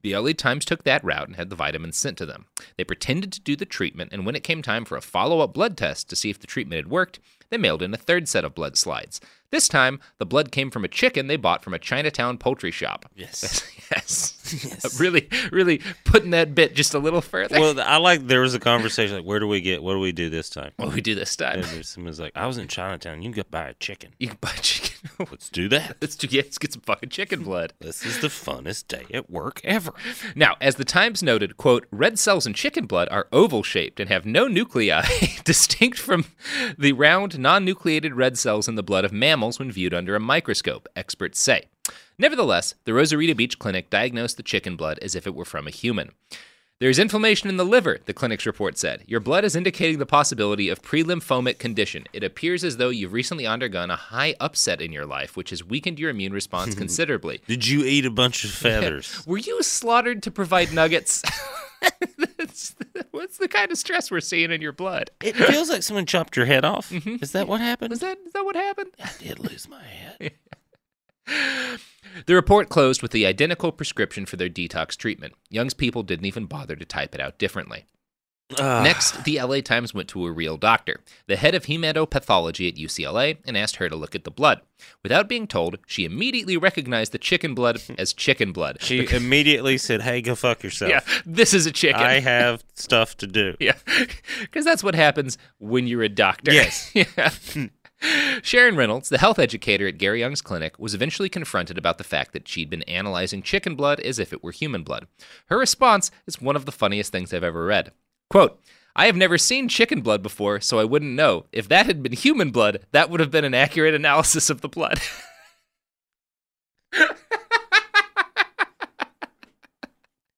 Speaker 3: the LA Times took that route and had the vitamins sent to them. They pretended to do the treatment, and when it came time for a follow up blood test to see if the treatment had worked, they mailed in a third set of blood slides. This time, the blood came from a chicken they bought from a Chinatown poultry shop.
Speaker 4: Yes.
Speaker 3: yes. Really, really putting that bit just a little further.
Speaker 4: well, I like there was a conversation like, where do we get? What do we do this time?
Speaker 3: what do we do this time?
Speaker 4: And there's someone's like, I was in Chinatown. You can go buy a chicken.
Speaker 3: You can buy chicken.
Speaker 4: Let's do that.
Speaker 3: Let's, do, yeah, let's get some fucking chicken blood.
Speaker 4: This is the funnest day at work ever.
Speaker 3: Now, as the Times noted, quote, red cells in chicken blood are oval shaped and have no nuclei, distinct from the round, non nucleated red cells in the blood of mammals when viewed under a microscope, experts say. Nevertheless, the Rosarita Beach Clinic diagnosed the chicken blood as if it were from a human. There is inflammation in the liver, the clinic's report said. Your blood is indicating the possibility of pre lymphomic condition. It appears as though you've recently undergone a high upset in your life, which has weakened your immune response considerably.
Speaker 4: Did you eat a bunch of feathers?
Speaker 3: Were you slaughtered to provide nuggets? That's- What's the kind of stress we're seeing in your blood?
Speaker 4: it feels like someone
Speaker 3: Mm-hmm.
Speaker 4: chopped your head off. Is that what happened?
Speaker 3: Was that is that what happened?
Speaker 4: I did lose my head.
Speaker 3: The report closed with the identical prescription for their detox treatment. Young's people didn't even bother to type it out differently. Next, the LA Times went to a real doctor, the head of hematopathology at UCLA, and asked her to look at the blood. Without being told, she immediately recognized the chicken blood as chicken blood.
Speaker 4: She immediately said, "Hey, go fuck yourself."
Speaker 3: Yeah, this is a chicken.
Speaker 4: I have stuff to do.
Speaker 3: Yeah, because that's what happens when you're a doctor.
Speaker 4: Yes.
Speaker 3: yeah. Sharon Reynolds, the health educator at Gary Young's clinic, was eventually confronted about the fact that she'd been analyzing chicken blood as if it were human blood. Her response is one of the funniest things I've ever read. Quote, I have never seen chicken blood before, so I wouldn't know. If that had been human blood, that would have been an accurate analysis of the blood.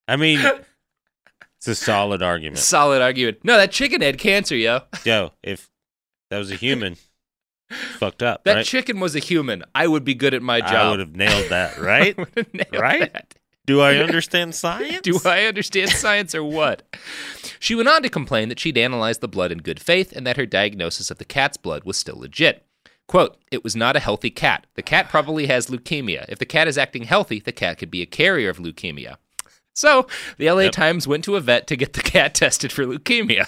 Speaker 4: I mean, it's a solid argument.
Speaker 3: Solid argument. No, that chicken had cancer, yo.
Speaker 4: Yo, if that was a human, fucked up.
Speaker 3: That
Speaker 4: right?
Speaker 3: chicken was a human. I would be good at my job.
Speaker 4: I would have nailed that, right?
Speaker 3: would've nailed
Speaker 4: right? Do I understand science?
Speaker 3: Do I understand science or what? She went on to complain that she'd analyzed the blood in good faith and that her diagnosis of the cat's blood was still legit. Quote, it was not a healthy cat. The cat probably has leukemia. If the cat is acting healthy, the cat could be a carrier of leukemia. So the LA
Speaker 4: Yep.
Speaker 3: Times went to a vet to get the cat tested for leukemia.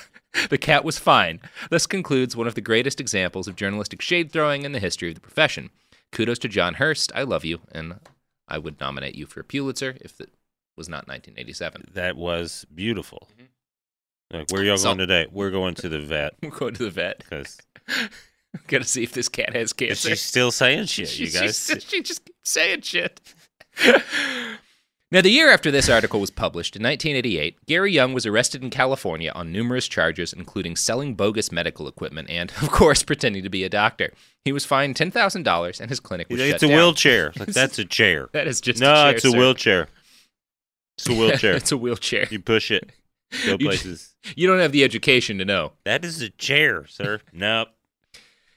Speaker 3: The cat was fine. This concludes one of the greatest examples of journalistic shade throwing in the history of the profession. Kudos to John Hurst. I love you, and I would nominate you for a Pulitzer if it was not 1987.
Speaker 4: That was beautiful. Like, where y'all
Speaker 3: Mm-hmm. So-
Speaker 4: going today? We're going to the vet
Speaker 3: We're going to the vet.
Speaker 4: because
Speaker 3: Gotta see if this cat has cancer.
Speaker 4: she's still saying shit.
Speaker 3: She-
Speaker 4: You
Speaker 3: she
Speaker 4: guys,
Speaker 3: said- she just keeps saying shit. now, the year after this article was published, in 1988, Gary Young was arrested in California on numerous charges, including selling bogus medical equipment and, of course, pretending to be a doctor. He was fined $10,000 and his clinic was shut
Speaker 4: it's a
Speaker 3: down.
Speaker 4: wheelchair. Like, that's a chair.
Speaker 3: That is just a
Speaker 4: no.
Speaker 3: chair,
Speaker 4: it's a
Speaker 3: sir.
Speaker 4: wheelchair. It's a wheelchair.
Speaker 3: it's a wheelchair.
Speaker 4: you push it. Go
Speaker 3: You ju-
Speaker 4: places.
Speaker 3: You don't have the education to know.
Speaker 4: That is a chair, sir. nope.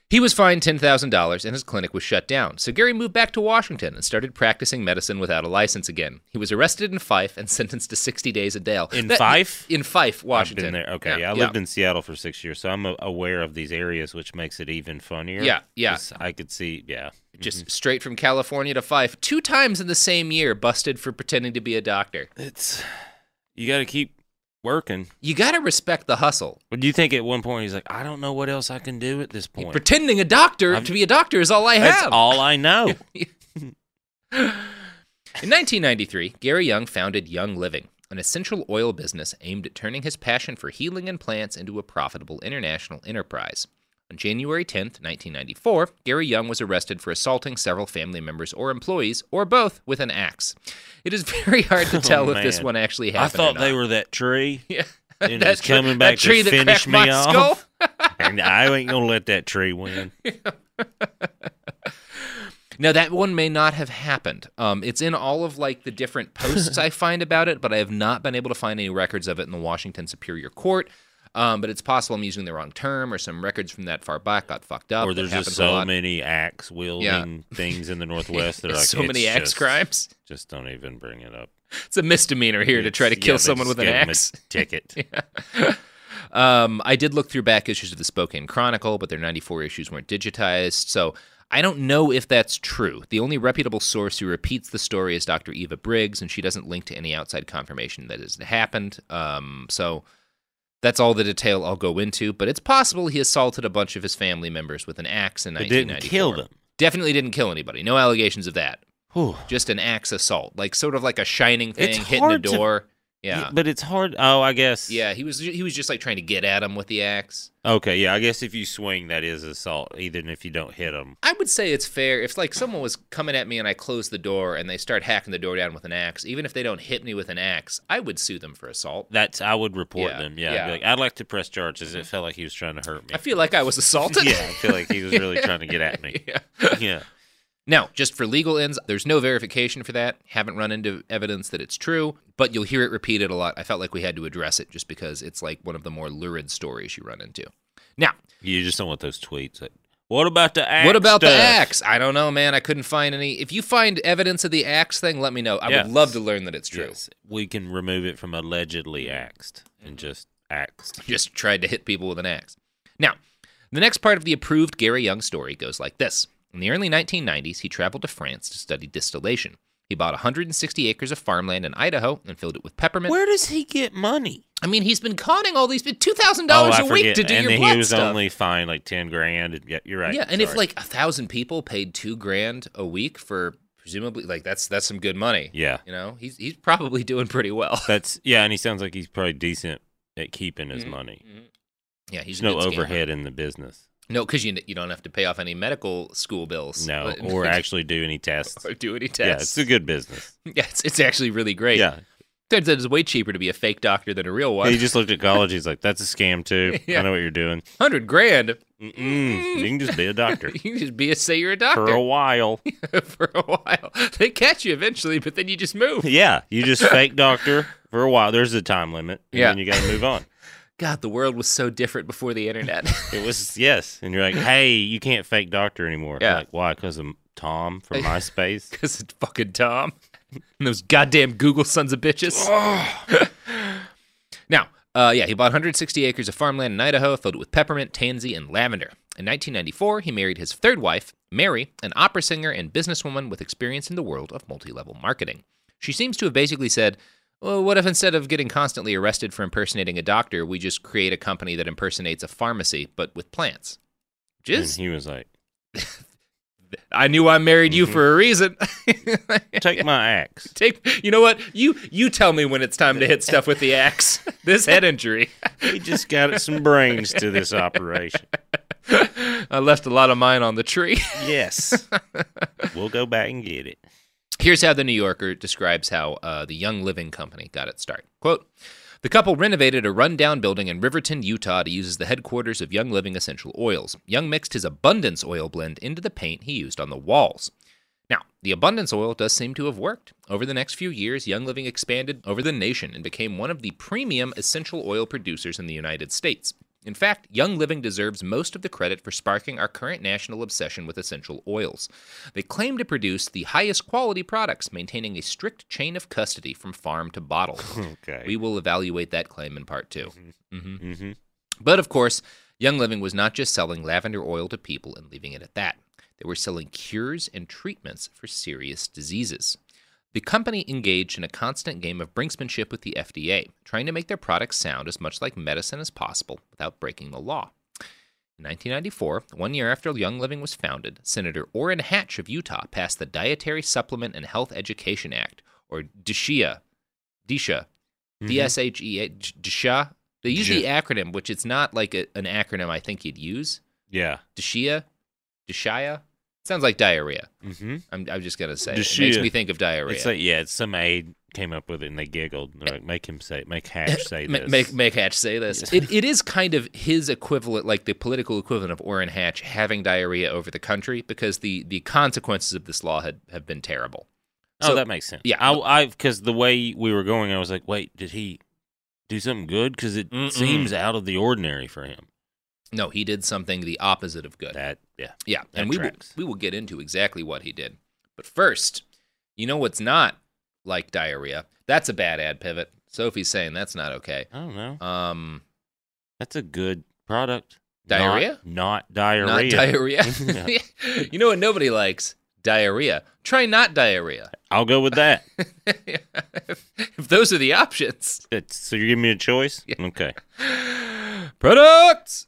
Speaker 3: He was fined $10,000 and his clinic was shut down, so Gary moved back to Washington and started practicing medicine without a license again. He was arrested in Fife and sentenced to 60 days in jail.
Speaker 4: In Fife?
Speaker 3: In Fife, Washington.
Speaker 4: I've been there. Okay, I lived in Seattle for six years, so I'm a- aware of these areas, which makes it even funnier.
Speaker 3: Yeah, yeah.
Speaker 4: 'Cause I could see. Yeah,
Speaker 3: Just straight from California to Fife, two times in the same year, busted for pretending to be a doctor.
Speaker 4: it's you got to keep working.
Speaker 3: You gotta respect the hustle.
Speaker 4: But do you think at one point he's like, I don't know what else I can do at this point.
Speaker 3: Pretending a doctor
Speaker 4: I've-
Speaker 3: to be a doctor is all I have.
Speaker 4: That's all I know.
Speaker 3: In 1993, Gary Young founded Young Living, an essential oil business aimed at turning his passion for healing and plants into a profitable international enterprise. On January 10, 1994, Gary Young was arrested for assaulting several family members or employees, or both, with an axe. It is very hard to
Speaker 4: Oh,
Speaker 3: tell if this
Speaker 4: man.
Speaker 3: one actually
Speaker 4: I
Speaker 3: happened.
Speaker 4: thought
Speaker 3: or
Speaker 4: they
Speaker 3: not.
Speaker 4: were that tree.
Speaker 3: Yeah.
Speaker 4: And
Speaker 3: That
Speaker 4: it's
Speaker 3: tree-
Speaker 4: coming
Speaker 3: that
Speaker 4: back
Speaker 3: tree
Speaker 4: to
Speaker 3: that
Speaker 4: finish
Speaker 3: cracked my
Speaker 4: me off. and I ain't gonna let that tree win.
Speaker 3: Now that one may not have happened. Um, it's in all of like the different posts I find about it, but I have not been able to find any records of it in the Washington Superior Court. Um, but it's possible I'm using the wrong term, or some records from that far back got fucked up.
Speaker 4: or
Speaker 3: That
Speaker 4: there's
Speaker 3: happens
Speaker 4: just
Speaker 3: a
Speaker 4: so
Speaker 3: lot.
Speaker 4: many axe wielding things in the Northwest. They're like
Speaker 3: so many
Speaker 4: "It's
Speaker 3: axe
Speaker 4: just-
Speaker 3: crimes.
Speaker 4: Just don't even bring it up.
Speaker 3: It's a misdemeanor here to try to
Speaker 4: It's-
Speaker 3: kill
Speaker 4: yeah, they
Speaker 3: someone
Speaker 4: just
Speaker 3: with an
Speaker 4: gave 'em a
Speaker 3: axe.
Speaker 4: ticket.
Speaker 3: Um, I did look through back issues of the Spokane Chronicle, but their 94 issues weren't digitized. So I don't know if that's true. The only reputable source who repeats the story is Dr. Eva Briggs, and she doesn't link to any outside confirmation that it happened. Um, so that's all the detail I'll go into. But it's possible he assaulted a bunch of his family members with an axe in
Speaker 4: But didn't
Speaker 3: 1994.
Speaker 4: kill them.
Speaker 3: Definitely didn't kill anybody. No allegations of that.
Speaker 4: Whew.
Speaker 3: Just an axe assault, like sort of like a shining thing
Speaker 4: It's
Speaker 3: hitting a
Speaker 4: hard to-
Speaker 3: door. yeah.
Speaker 4: But it's hard. Oh, I guess.
Speaker 3: Yeah, he was he was just like trying to get at him with the axe.
Speaker 4: Okay. Yeah. I guess if you swing, that is assault, even if you don't hit them.
Speaker 3: I would say it's fair if like someone was coming at me and I close the door and they start hacking the door down with an axe, even if they don't hit me with an axe, I would sue them for assault.
Speaker 4: That's I would report
Speaker 3: Yeah,
Speaker 4: them. Yeah. I'd,
Speaker 3: yeah. Mm-hmm.
Speaker 4: be like, I'd like to press charges. It felt like he was trying to hurt me.
Speaker 3: I feel like I was assaulted.
Speaker 4: yeah. I feel like he was really trying to get at me.
Speaker 3: Yeah.
Speaker 4: Yeah.
Speaker 3: Now, just for legal ends, there's no verification for that. Haven't run into evidence that it's true, but you'll hear it repeated a lot. I felt like we had to address it just because it's like one of the more lurid stories you run into. Now,
Speaker 4: You just don't want those tweets. Like, what about the axe?
Speaker 3: what about the
Speaker 4: stuff?"
Speaker 3: axe? I don't know, man. I couldn't find any. If you find evidence of the axe thing, let me know. I
Speaker 4: Yes.
Speaker 3: would love to learn that it's true.
Speaker 4: Yes, We can remove it from allegedly axed and just axed.
Speaker 3: just tried to hit people with an axe. Now, the next part of the approved Gary Young story goes like this In the early 1990s, he traveled to France to study distillation. He bought 160 acres of farmland in Idaho and filled it with peppermint.
Speaker 4: Where does he get money?
Speaker 3: I mean, he's been conning all these two thousand
Speaker 4: Oh,
Speaker 3: dollars
Speaker 4: I
Speaker 3: a week
Speaker 4: forget.
Speaker 3: to do
Speaker 4: and
Speaker 3: your
Speaker 4: then
Speaker 3: blood
Speaker 4: he was
Speaker 3: stuff.
Speaker 4: only fined like ten grand. And, yeah, you're right.
Speaker 3: Yeah, and if
Speaker 4: Sorry.
Speaker 3: like a thousand people paid two grand a week for presumably like that's that's some good money.
Speaker 4: Yeah.
Speaker 3: you know he's he's probably doing pretty well.
Speaker 4: that's yeah, and he sounds like he's probably decent at keeping his money.
Speaker 3: Yeah, Mm-hmm.
Speaker 4: There's
Speaker 3: he's a
Speaker 4: no
Speaker 3: good scammer.
Speaker 4: overhead in the business.
Speaker 3: No, because you you don't have to pay off any medical school bills.
Speaker 4: No,
Speaker 3: but-
Speaker 4: or actually do any tests.
Speaker 3: or do any tests.
Speaker 4: Yeah, it's a good business.
Speaker 3: Yeah, it's, it's actually really great.
Speaker 4: Yeah.
Speaker 3: turns out it's way cheaper to be a fake doctor than a real one.
Speaker 4: He just looked at college. He's like, "That's a scam too.
Speaker 3: Yeah.
Speaker 4: I know what you're doing.
Speaker 3: hundred grand.
Speaker 4: Mm-mm. You can just be a doctor
Speaker 3: You can just be a say you're a doctor
Speaker 4: Mm. for a while.
Speaker 3: for a while. They catch you eventually, but then you just move.
Speaker 4: yeah, you just fake doctor for a while. There's a time limit. And
Speaker 3: Yeah.
Speaker 4: then you got to move on.
Speaker 3: God, the world was so different before the internet.
Speaker 4: It was yes, and you're like, "Hey, you can't fake doctor anymore.
Speaker 3: Yeah.
Speaker 4: like why? Because of Tom from MySpace.
Speaker 3: Because it's fucking Tom. And those goddamn Google sons of bitches. now, uh, yeah, he bought 160 acres of farmland in Idaho, filled it with peppermint, tansy, and lavender. In 1994, he married his third wife, Mary, an opera singer and businesswoman with experience in the world of multi level marketing. She seems to have basically said, well, what if instead of getting constantly arrested for impersonating a doctor, we just create a company that impersonates a pharmacy, but with plants? Which
Speaker 4: And
Speaker 3: is,
Speaker 4: he was like,
Speaker 3: I knew I married
Speaker 4: Mm-hmm.
Speaker 3: you for a reason.
Speaker 4: "Take my axe."
Speaker 3: Take you know what? You you tell me when it's time to hit stuff with the axe. This head injury.
Speaker 4: We just got some brains to this operation.
Speaker 3: I left a lot of mine on the tree.
Speaker 4: Yes, we'll go back and get it.
Speaker 3: Here's how the New Yorker describes how uh, the Young Living Company got its start. Quote The couple renovated a rundown building in Riverton, Utah to use as the headquarters of Young Living Essential Oils. Young mixed his abundance oil blend into the paint he used on the walls. Now, the abundance oil does seem to have worked. Over the next few years, Young Living expanded over the nation and became one of the premium essential oil producers in the United States. In fact, Young Living deserves most of the credit for sparking our current national obsession with essential oils. They claim to produce the highest quality products, maintaining a strict chain of custody from farm to bottle.
Speaker 4: Okay.
Speaker 3: We will evaluate that claim in part 2 Mm-hmm.
Speaker 4: Mm-hmm.
Speaker 3: But of course, Young Living was not just selling lavender oil to people and leaving it at that. They were selling cures and treatments for serious diseases. The company engaged in a constant game of brinksmanship with the FDA, trying to make their products sound as much like medicine as possible without breaking the law. In 1994, one year after Young Living was founded, Senator Orrin Hatch of Utah passed the Dietary Supplement and Health Education Act, or DSHEA. DSHEA.
Speaker 4: Mm-hmm.
Speaker 3: D-S-H-E-A. DSHEA. E They use the acronym, which it's not like a, an acronym I think you'd use.
Speaker 4: Yeah.
Speaker 3: DSHEA. DSHEA. Sounds like diarrhea.
Speaker 4: Mm-hmm.
Speaker 3: I'm, I'm just going to say. it. It makes
Speaker 4: DSHEA.
Speaker 3: me think of diarrhea.
Speaker 4: It's like yeah, it's some aide came up with it and they giggled. They're like, make him say, make Hatch say
Speaker 3: Ma-
Speaker 4: this.
Speaker 3: Make make Hatch say this. It, it is kind of his equivalent, like the political equivalent of Orrin Hatch having diarrhea over the country because the, the consequences of this law had, have been terrible.
Speaker 4: oh,
Speaker 3: So-
Speaker 4: that makes sense.
Speaker 3: yeah.
Speaker 4: I because the way we were going, I was like, wait, did he do something good? Because it
Speaker 3: Mm-mm.
Speaker 4: seems out of the ordinary for him.
Speaker 3: No, he did something the opposite of good.
Speaker 4: That yeah.
Speaker 3: yeah,
Speaker 4: that
Speaker 3: and we will,
Speaker 4: tracks.
Speaker 3: we will get into exactly what he did. But first, you know what's not like diarrhea? That's a bad ad pivot. Sophie's saying that's not okay.
Speaker 4: I don't know.
Speaker 3: Um,
Speaker 4: That's a good product.
Speaker 3: Diarrhea?
Speaker 4: Not, not diarrhea.
Speaker 3: Not diarrhea.
Speaker 4: Yeah.
Speaker 3: you know what nobody likes? Diarrhea. Try not diarrhea.
Speaker 4: I'll go with that.
Speaker 3: if, if those are the options.
Speaker 4: That's, so you're giving me a choice? Okay.
Speaker 3: Products!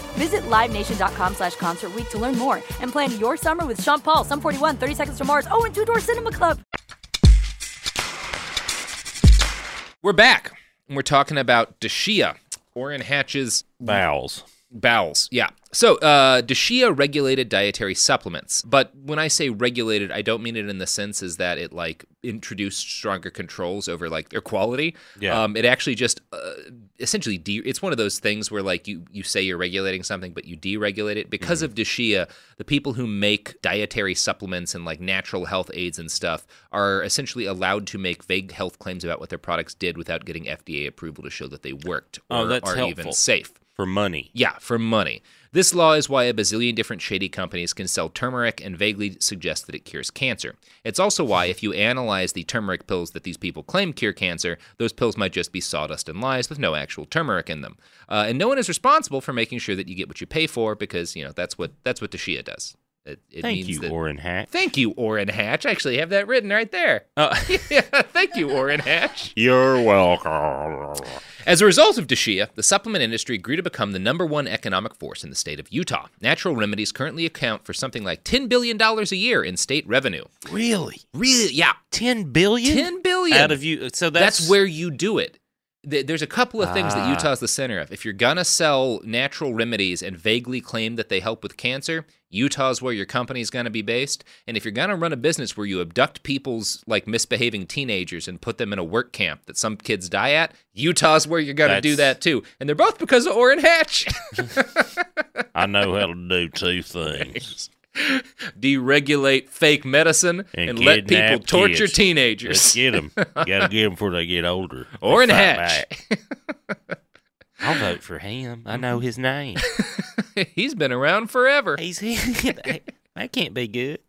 Speaker 8: Visit LiveNation.com slash Concert Week to learn more and plan your summer with Sean Paul, Sum 41, 30 Seconds to Mars, oh, and Two Door Cinema Club.
Speaker 3: We're back. And we're talking about Dashia, Orrin Hatch's
Speaker 4: bowels.
Speaker 3: Bowels, yeah. So, uh, Dashia regulated dietary supplements. But when I say regulated, I don't mean it in the sense is that it like introduced stronger controls over like their quality.
Speaker 4: Yeah.
Speaker 3: Um, it actually just uh, essentially de- it's one of those things where like you you say you're regulating something, but you deregulate it because
Speaker 4: Mm-hmm.
Speaker 3: of Dashia. The people who make dietary supplements and like natural health aids and stuff are essentially allowed to make vague health claims about what their products did without getting FDA approval to show that they worked or
Speaker 4: Oh, that's
Speaker 3: are
Speaker 4: helpful.
Speaker 3: even safe.
Speaker 4: for money.
Speaker 3: Yeah, for money. This law is why a bazillion different shady companies can sell turmeric and vaguely suggest that it cures cancer. It's also why, if you analyze the turmeric pills that these people claim cure cancer, those pills might just be sawdust and lies with no actual turmeric in them. Uh, and no one is responsible for making sure that you get what you pay for, because you know that's what that's what the Shia does. It, it
Speaker 4: Thank
Speaker 3: means
Speaker 4: you,
Speaker 3: that-
Speaker 4: Orrin Hatch.
Speaker 3: Thank you, Orrin Hatch. I actually have that written right there.
Speaker 4: Uh.
Speaker 3: yeah, thank you, Orrin Hatch.
Speaker 4: You're welcome.
Speaker 3: As a result of Dashia, the supplement industry grew to become the number one economic force in the state of Utah. Natural remedies currently account for something like $10 billion a year in state revenue.
Speaker 4: Really?
Speaker 3: Really? Yeah.
Speaker 4: Ten billion?
Speaker 3: 10 billion.
Speaker 4: Out of you so that's,
Speaker 3: That's, where you do it. Th- There's a couple of things that
Speaker 4: Ah.
Speaker 3: Utah's the center of. If you're going to sell natural remedies and vaguely claim that they help with cancer, Utah's where your company's going to be based. And if you're going to run a business where you abduct people's like misbehaving teenagers and put them in a work camp that some kids die at, Utah's where you're going to do
Speaker 4: That's-
Speaker 3: that too. And they're both because of Orrin Hatch.
Speaker 4: I know how to do two things.
Speaker 3: Deregulate fake medicine and, let people
Speaker 4: kidnap
Speaker 3: torture
Speaker 4: kids.
Speaker 3: teenagers.
Speaker 4: Let's get them. Gotta get them before they get older.
Speaker 3: Orrin
Speaker 4: They fight
Speaker 3: Hatch.
Speaker 4: back. I'll vote for him. I know his name.
Speaker 3: He's been around forever.
Speaker 4: He's that can't be good.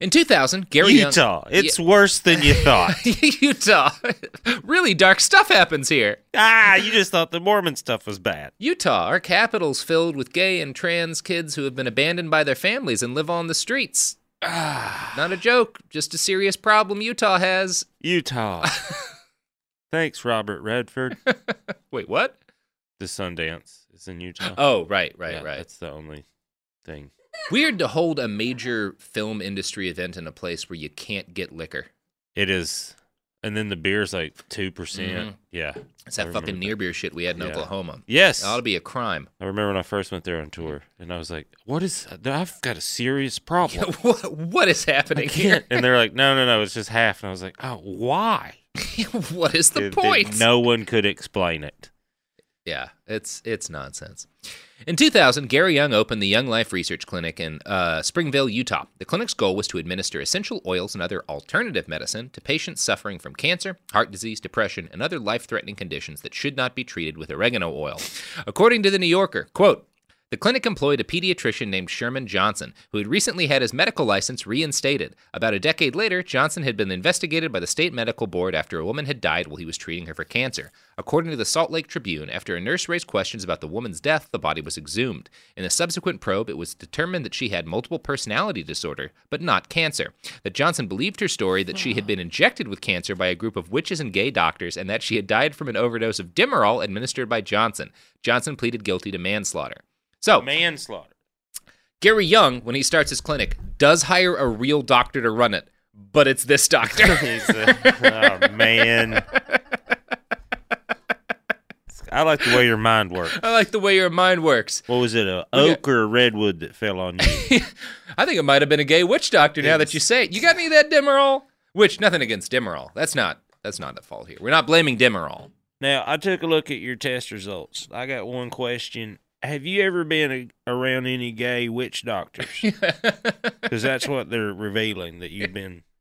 Speaker 3: In 2000, Gary Young-
Speaker 4: Utah. It's worse than you thought.
Speaker 3: Utah. really dark stuff happens here.
Speaker 4: ah, you just thought the Mormon stuff was bad.
Speaker 3: Utah, our capital's filled with gay and trans kids who have been abandoned by their families and live on the streets.
Speaker 4: Ah.
Speaker 3: Not a joke, just a serious problem Utah has.
Speaker 4: Utah. Thanks, Robert Redford.
Speaker 3: Wait, what?
Speaker 4: The Sundance is in Utah.
Speaker 3: Oh, right, right,
Speaker 4: Yeah,
Speaker 3: right.
Speaker 4: That's the only thing.
Speaker 3: Weird to hold a major film industry event in a place where you can't get liquor.
Speaker 4: It is. And then the beer's like 2%. percent
Speaker 3: Mhm.
Speaker 4: Yeah.
Speaker 3: It's
Speaker 4: I
Speaker 3: that
Speaker 4: remember
Speaker 3: fucking near beer shit we had in
Speaker 4: Yeah.
Speaker 3: Oklahoma.
Speaker 4: Yes.
Speaker 3: That ought to be a crime.
Speaker 4: I remember when I first went there on tour and I was like, what is, I've got a serious problem.
Speaker 3: what, what is
Speaker 4: I
Speaker 3: happening here?
Speaker 4: can't. And they're like, no, no, no, it's just half. And I was like, oh, why?
Speaker 3: what is the
Speaker 4: That- that
Speaker 3: point?
Speaker 4: No one could explain it.
Speaker 3: Yeah, it's it's nonsense. In 2000, Gary Young opened the Young Life Research Clinic in uh, Springville, Utah. The clinic's goal was to administer essential oils and other alternative medicine to patients suffering from cancer, heart disease, depression, and other life-threatening conditions that should not be treated with oregano oil. According to the New Yorker, quote, The clinic employed a pediatrician named Sherman Johnson, who had recently had his medical license reinstated. About a decade later, Johnson had been investigated by the state medical board after a woman had died while he was treating her for cancer. According to the Salt Lake Tribune, after a nurse raised questions about the woman's death, the body was exhumed. In a subsequent probe, it was determined that she had multiple personality disorder, but not cancer. That Johnson believed her story that she had been injected with cancer by a group of witches and gay doctors, and that she had died from an overdose of Demerol administered by Johnson. Johnson pleaded guilty to manslaughter. So
Speaker 4: manslaughter.
Speaker 3: Gary Young, when he starts his clinic, does hire a real doctor to run it, but it's this doctor.
Speaker 4: oh man. I like the way your mind works.
Speaker 3: I like the way your mind works.
Speaker 4: What was it, a oak or a redwood that fell on you?
Speaker 3: I think it might have been a gay witch doctor. Now that you say it, you got any of that Demerol? Which nothing against Demerol. That's not that's not the fault here. We're not blaming Demerol.
Speaker 4: now I took a look at your test results. I got one question. Have you ever been a, around any gay witch doctors? Because that's what they're revealing that you've been.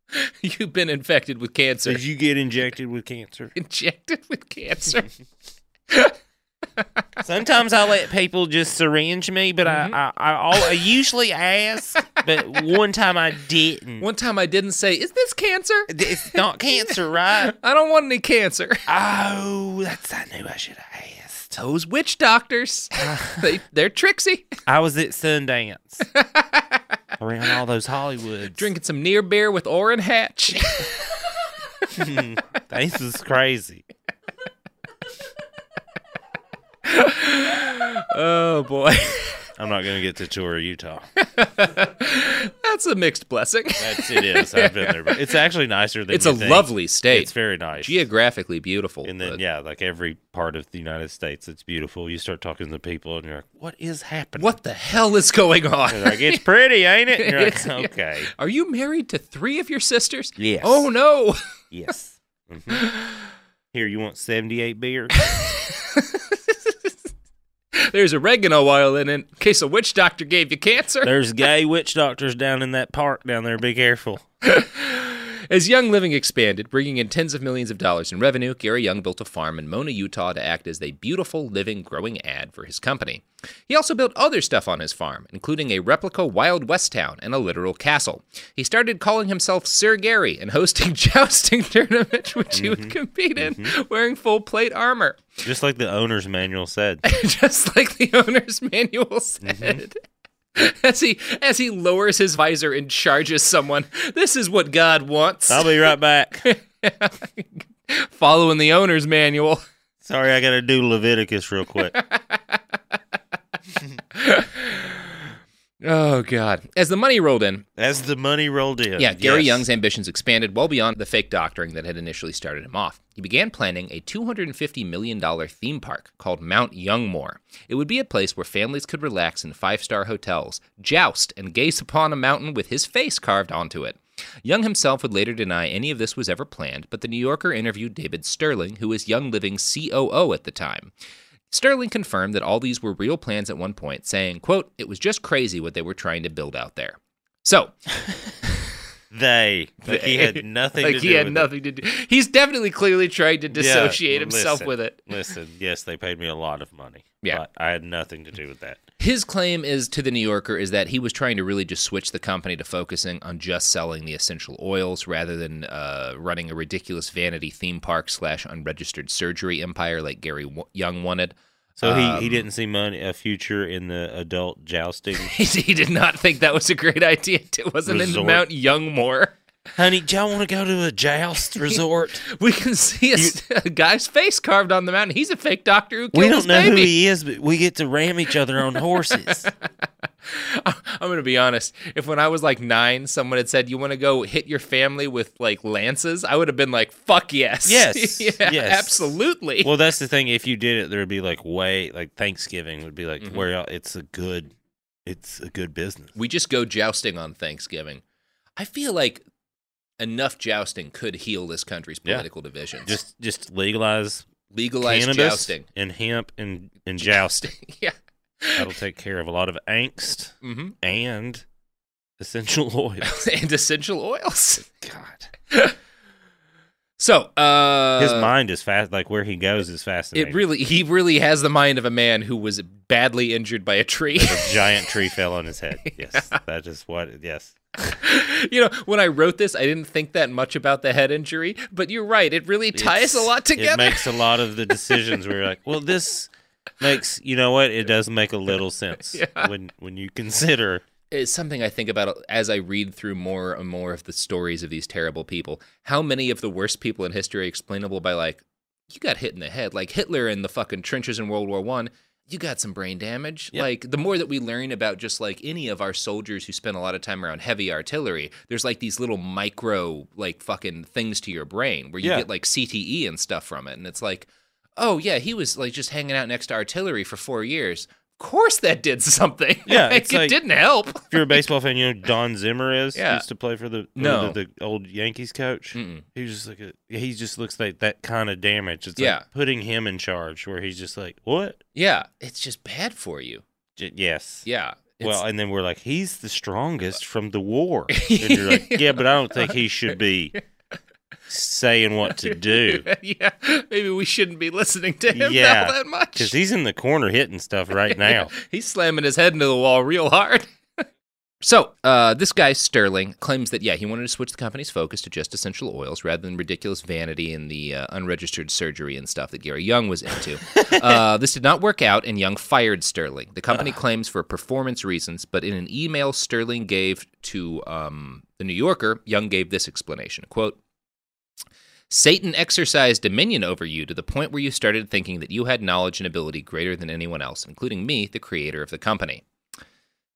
Speaker 3: You've been infected with cancer.
Speaker 4: Did you get injected with cancer?
Speaker 3: Injected with cancer.
Speaker 4: Sometimes I let people just syringe me, but I, I, I, al- I usually ask. But one time I didn't.
Speaker 3: One time I didn't say, "Is this cancer?"
Speaker 4: It's not cancer, right?
Speaker 3: I don't want any cancer.
Speaker 4: Oh, that's I knew I should have asked.
Speaker 3: Those witch doctors,
Speaker 4: Uh.
Speaker 3: they they're tricksy.
Speaker 4: I was at Sundance around all those Hollywoods.
Speaker 3: Drinking some near beer with Orrin Hatch.
Speaker 4: this is crazy.
Speaker 3: oh boy,
Speaker 4: I'm not gonna get to tour Utah.
Speaker 3: that's a mixed blessing.
Speaker 4: That's it is. I've been there, but it's actually nicer than
Speaker 3: It's
Speaker 4: you
Speaker 3: a
Speaker 4: think.
Speaker 3: lovely state.
Speaker 4: It's very nice.
Speaker 3: Geographically beautiful.
Speaker 4: and then
Speaker 3: but-
Speaker 4: yeah, like every part of the United States, it's beautiful. You start talking to people, and you're like, "What is happening?"
Speaker 3: what the hell is going on?
Speaker 4: They're like it's pretty, ain't it? And you're like,
Speaker 3: It's-
Speaker 4: "Okay,
Speaker 3: Are you married to three of your sisters?
Speaker 4: Yes.
Speaker 3: Oh no.
Speaker 4: yes." Mhm. Here, you want 78 beers?
Speaker 3: There's oregano oil in it in case a witch doctor gave you cancer.
Speaker 4: There's gay witch doctors down in that park down there. Be careful.
Speaker 3: As Young Living expanded, bringing in tens of millions of dollars in revenue, Gary Young built a farm in Mona, Utah to act as a beautiful living growing ad for his company. He also built other stuff on his farm, including a replica Wild West town and a literal castle. He started calling himself Sir Gary and hosting jousting tournaments which he would compete in wearing full plate armor,
Speaker 4: Just like the owner's manual said.
Speaker 3: just like the owner's manual said. As he as he lowers his visor and charges someone, this is what God wants.
Speaker 4: I'll be right back.
Speaker 3: following the owner's manual.
Speaker 4: Sorry, I got to do Leviticus real quick.
Speaker 3: Oh God! As the money rolled in,
Speaker 4: As the money rolled in.
Speaker 3: yeah, Gary
Speaker 4: yes.
Speaker 3: Young's ambitions expanded well beyond the fake doctoring that had initially started him off. He began planning a $250 million theme park called Mount Youngmore. It would be a place where families could relax in five-star hotels, joust, and gaze upon a mountain with his face carved onto it. Young himself would later deny any of this was ever planned, but the New Yorker interviewed David Sterling, who was Young Living's COO at the time. Sterling confirmed that all these were real plans at one point, saying, quote, it was just crazy what they were trying to build out there. So,
Speaker 4: They. Like he had nothing
Speaker 3: like
Speaker 4: to do
Speaker 3: he had
Speaker 4: with it.
Speaker 3: nothing to do. He's definitely clearly trying to
Speaker 4: Yeah,
Speaker 3: dissociate himself
Speaker 4: listen,
Speaker 3: with it.
Speaker 4: Listen, yes, they paid me a lot of money.
Speaker 3: Yeah.
Speaker 4: But I had nothing to do with that.
Speaker 3: His claim is to the New Yorker is that he was trying to really just switch the company to focusing on just selling the essential oils rather than uh, running a ridiculous vanity theme park slash unregistered surgery empire like Gary Wo- Young wanted.
Speaker 4: So
Speaker 3: Um,
Speaker 4: he, he didn't see money a future in the adult jousting.
Speaker 3: he, did not think that was a great idea. It wasn't in
Speaker 4: Resort.
Speaker 3: Mount Youngmore.
Speaker 4: Honey, do y'all want to go to a joust resort?
Speaker 3: We can see a, s- a guy's face carved on the mountain. He's a fake doctor who killed
Speaker 4: we don't
Speaker 3: his
Speaker 4: know who
Speaker 3: baby.
Speaker 4: he is, but we get to ram each other on horses.
Speaker 3: I'm gonna be honest. If when I was like nine, someone had said you want to go hit your family with like lances, I would have been like, "Fuck yes,
Speaker 4: Yes,
Speaker 3: yeah,
Speaker 4: yes.
Speaker 3: absolutely."
Speaker 4: well, that's the thing. If you did it, there would be like way like Thanksgiving would be like where y'all- it's a good, it's a good business.
Speaker 3: Mm-hmm. we just go jousting on Thanksgiving. I feel like enough jousting could heal this country's
Speaker 4: Yeah.
Speaker 3: political divisions.
Speaker 4: Just just legalize
Speaker 3: legalize
Speaker 4: cannabis
Speaker 3: jousting.
Speaker 4: and hemp and and jousting.
Speaker 3: yeah.
Speaker 4: That'll take care of a lot of angst
Speaker 3: Mhm.
Speaker 4: and essential oils.
Speaker 3: and essential oils.
Speaker 4: God.
Speaker 3: So uh,
Speaker 4: His mind is fast. Like where he goes is fascinating.
Speaker 3: It really, he really has the mind of a man who was badly injured by a tree.
Speaker 4: a giant tree fell on his head. Yes, that is what. Yes,
Speaker 3: you know, when I wrote this, I didn't think that much about the head injury, but you're right. It really
Speaker 4: It's-
Speaker 3: ties a lot together.
Speaker 4: It makes a lot of the decisions where you're like, well, this makes you know what? It does make a little sense
Speaker 3: Yeah.
Speaker 4: when when you consider.
Speaker 3: it's something I think about as I read through more and more of the stories of these terrible people. How many of the worst people in history are explainable by like, you got hit in the head, like Hitler in the fucking trenches in World War One. You got some brain damage. Like the more that we learn about just like any of our soldiers who spend a lot of time around heavy artillery, there's like these little micro like fucking things to your brain where you
Speaker 4: Yeah.
Speaker 3: get like CTE and stuff from it. And it's like, oh yeah, he was like just hanging out next to artillery for four years. Of course that did something.
Speaker 4: Yeah,
Speaker 3: Like,
Speaker 4: it's
Speaker 3: it
Speaker 4: like-
Speaker 3: didn't help.
Speaker 4: If you're a baseball fan, you know who Don Zimmer is
Speaker 3: Yeah.
Speaker 4: used to play for the
Speaker 3: No.
Speaker 4: the, the old Yankees coach. He was just like a, he just looks like that kind of damage. It's
Speaker 3: Yeah.
Speaker 4: like putting him in charge where he's just like what?
Speaker 3: Yeah, it's just bad for you.
Speaker 4: J- yes.
Speaker 3: Yeah.
Speaker 4: Well,
Speaker 3: it's-
Speaker 4: and then we're like, he's the strongest from the war. And you're like, yeah, but I don't think he should be saying what to do.
Speaker 3: yeah, maybe we shouldn't be listening to him
Speaker 4: yeah,
Speaker 3: all that much.
Speaker 4: Because he's in the corner hitting stuff right now.
Speaker 3: He's slamming his head into the wall real hard. so, uh, this guy, Sterling, claims that, yeah, he wanted to switch the company's focus to just essential oils rather than ridiculous vanity and the uh, unregistered surgery and stuff that Gary Young was into. uh, this did not work out, and Young fired Sterling. The company claims for performance reasons, but in an email Sterling gave to um, The New Yorker, Young gave this explanation quote, Satan exercised dominion over you to the point where you started thinking that you had knowledge and ability greater than anyone else, including me, the creator of the company.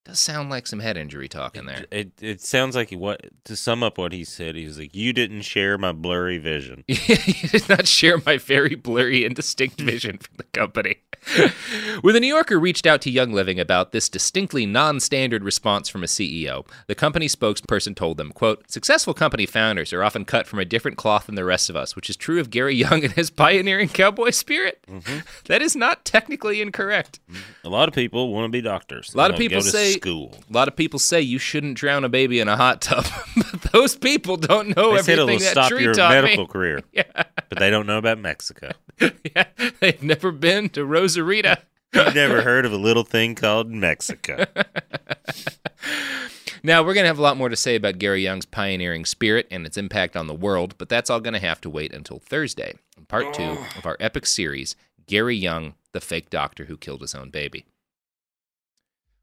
Speaker 3: Does sound like some head injury talk in there.
Speaker 4: It it sounds like he, what to sum up what he said. He was like, "You didn't share my blurry vision."
Speaker 3: you did not share my very blurry and distinct vision for the company. when the New Yorker reached out to Young Living about this distinctly non-standard response from a CEO, the company spokesperson told them, quote, successful company founders are often cut from a different cloth than the rest of us, which is true of Gary Young and his pioneering cowboy spirit.
Speaker 4: Mm-hmm.
Speaker 3: That is not technically incorrect.
Speaker 4: A lot of people want to be doctors.
Speaker 3: A lot of
Speaker 4: They don't
Speaker 3: people
Speaker 4: go to
Speaker 3: say
Speaker 4: school.
Speaker 3: A lot of people say you shouldn't drown a baby in a hot tub. but those people don't know
Speaker 4: they said
Speaker 3: everything
Speaker 4: it'll
Speaker 3: that
Speaker 4: stop
Speaker 3: tree
Speaker 4: your
Speaker 3: taught
Speaker 4: medical
Speaker 3: me.
Speaker 4: career, but they don't know about Mexico.
Speaker 3: They've never been to Rosarita.
Speaker 4: You've never heard of a little thing called Mexico.
Speaker 3: Now, we're going to have a lot more to say about Gary Young's pioneering spirit and its impact on the world, but that's all going to have to wait until Thursday, in part two of our epic series, Gary Young, the fake doctor who killed his own baby.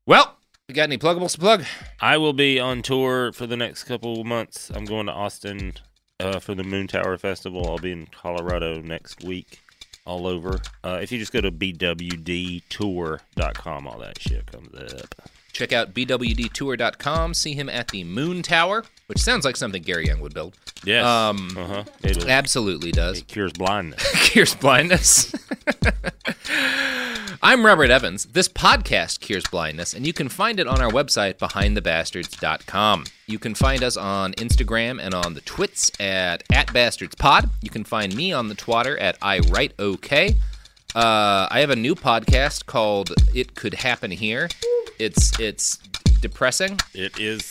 Speaker 3: Well, we got any pluggables to plug?
Speaker 4: I will be on tour for the next couple of months. I'm going to Austin uh, for the Moon Tower Festival. I'll be in Colorado next week, all over. Uh, if you just go to bwdtour.com, all that shit comes up.
Speaker 3: Check out bwdtour.com. See him at the Moon Tower, which sounds like something Gary Young would build.
Speaker 4: Yes.
Speaker 3: Um,
Speaker 4: Uh-huh. It'll-
Speaker 3: absolutely does.
Speaker 4: It cures blindness.
Speaker 3: cures blindness. I'm Robert Evans. This podcast cures blindness, and you can find it on our website, behindthebastards.com. You can find us on Instagram and on the twits at, at bastardspod. You can find me on the twatter at I write okay. Uh, I have a new podcast called "It Could Happen Here." It's it's depressing.
Speaker 4: It is.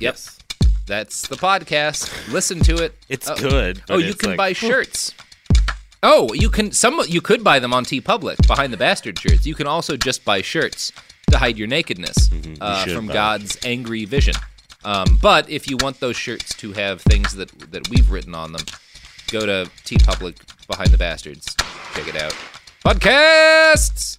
Speaker 3: Yes. That's the podcast. Listen to it.
Speaker 4: It's
Speaker 3: Oh.
Speaker 4: good,
Speaker 3: Oh,
Speaker 4: but
Speaker 3: you
Speaker 4: it's
Speaker 3: can
Speaker 4: like-
Speaker 3: buy shirts. Oh, you can some you could buy them on T Public behind the bastard shirts. You can also just buy shirts to hide your nakedness
Speaker 4: Mm-hmm. you
Speaker 3: uh,
Speaker 4: should
Speaker 3: from
Speaker 4: buy.
Speaker 3: God's angry vision. Um, but if you want those shirts to have things that that we've written on them, go to T Public behind the bastards. Check it out. Podcasts.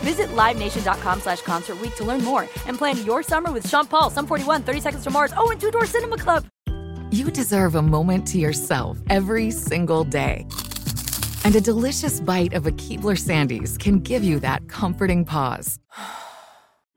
Speaker 8: Visit LiveNation.com slash Concert Week to learn more and plan your summer with Sean Paul, Sum 41, 30 Seconds to Mars, oh, and Two Door Cinema Club.
Speaker 9: You deserve a moment to yourself every single day. And a delicious bite of a Keebler Sandies can give you that comforting pause.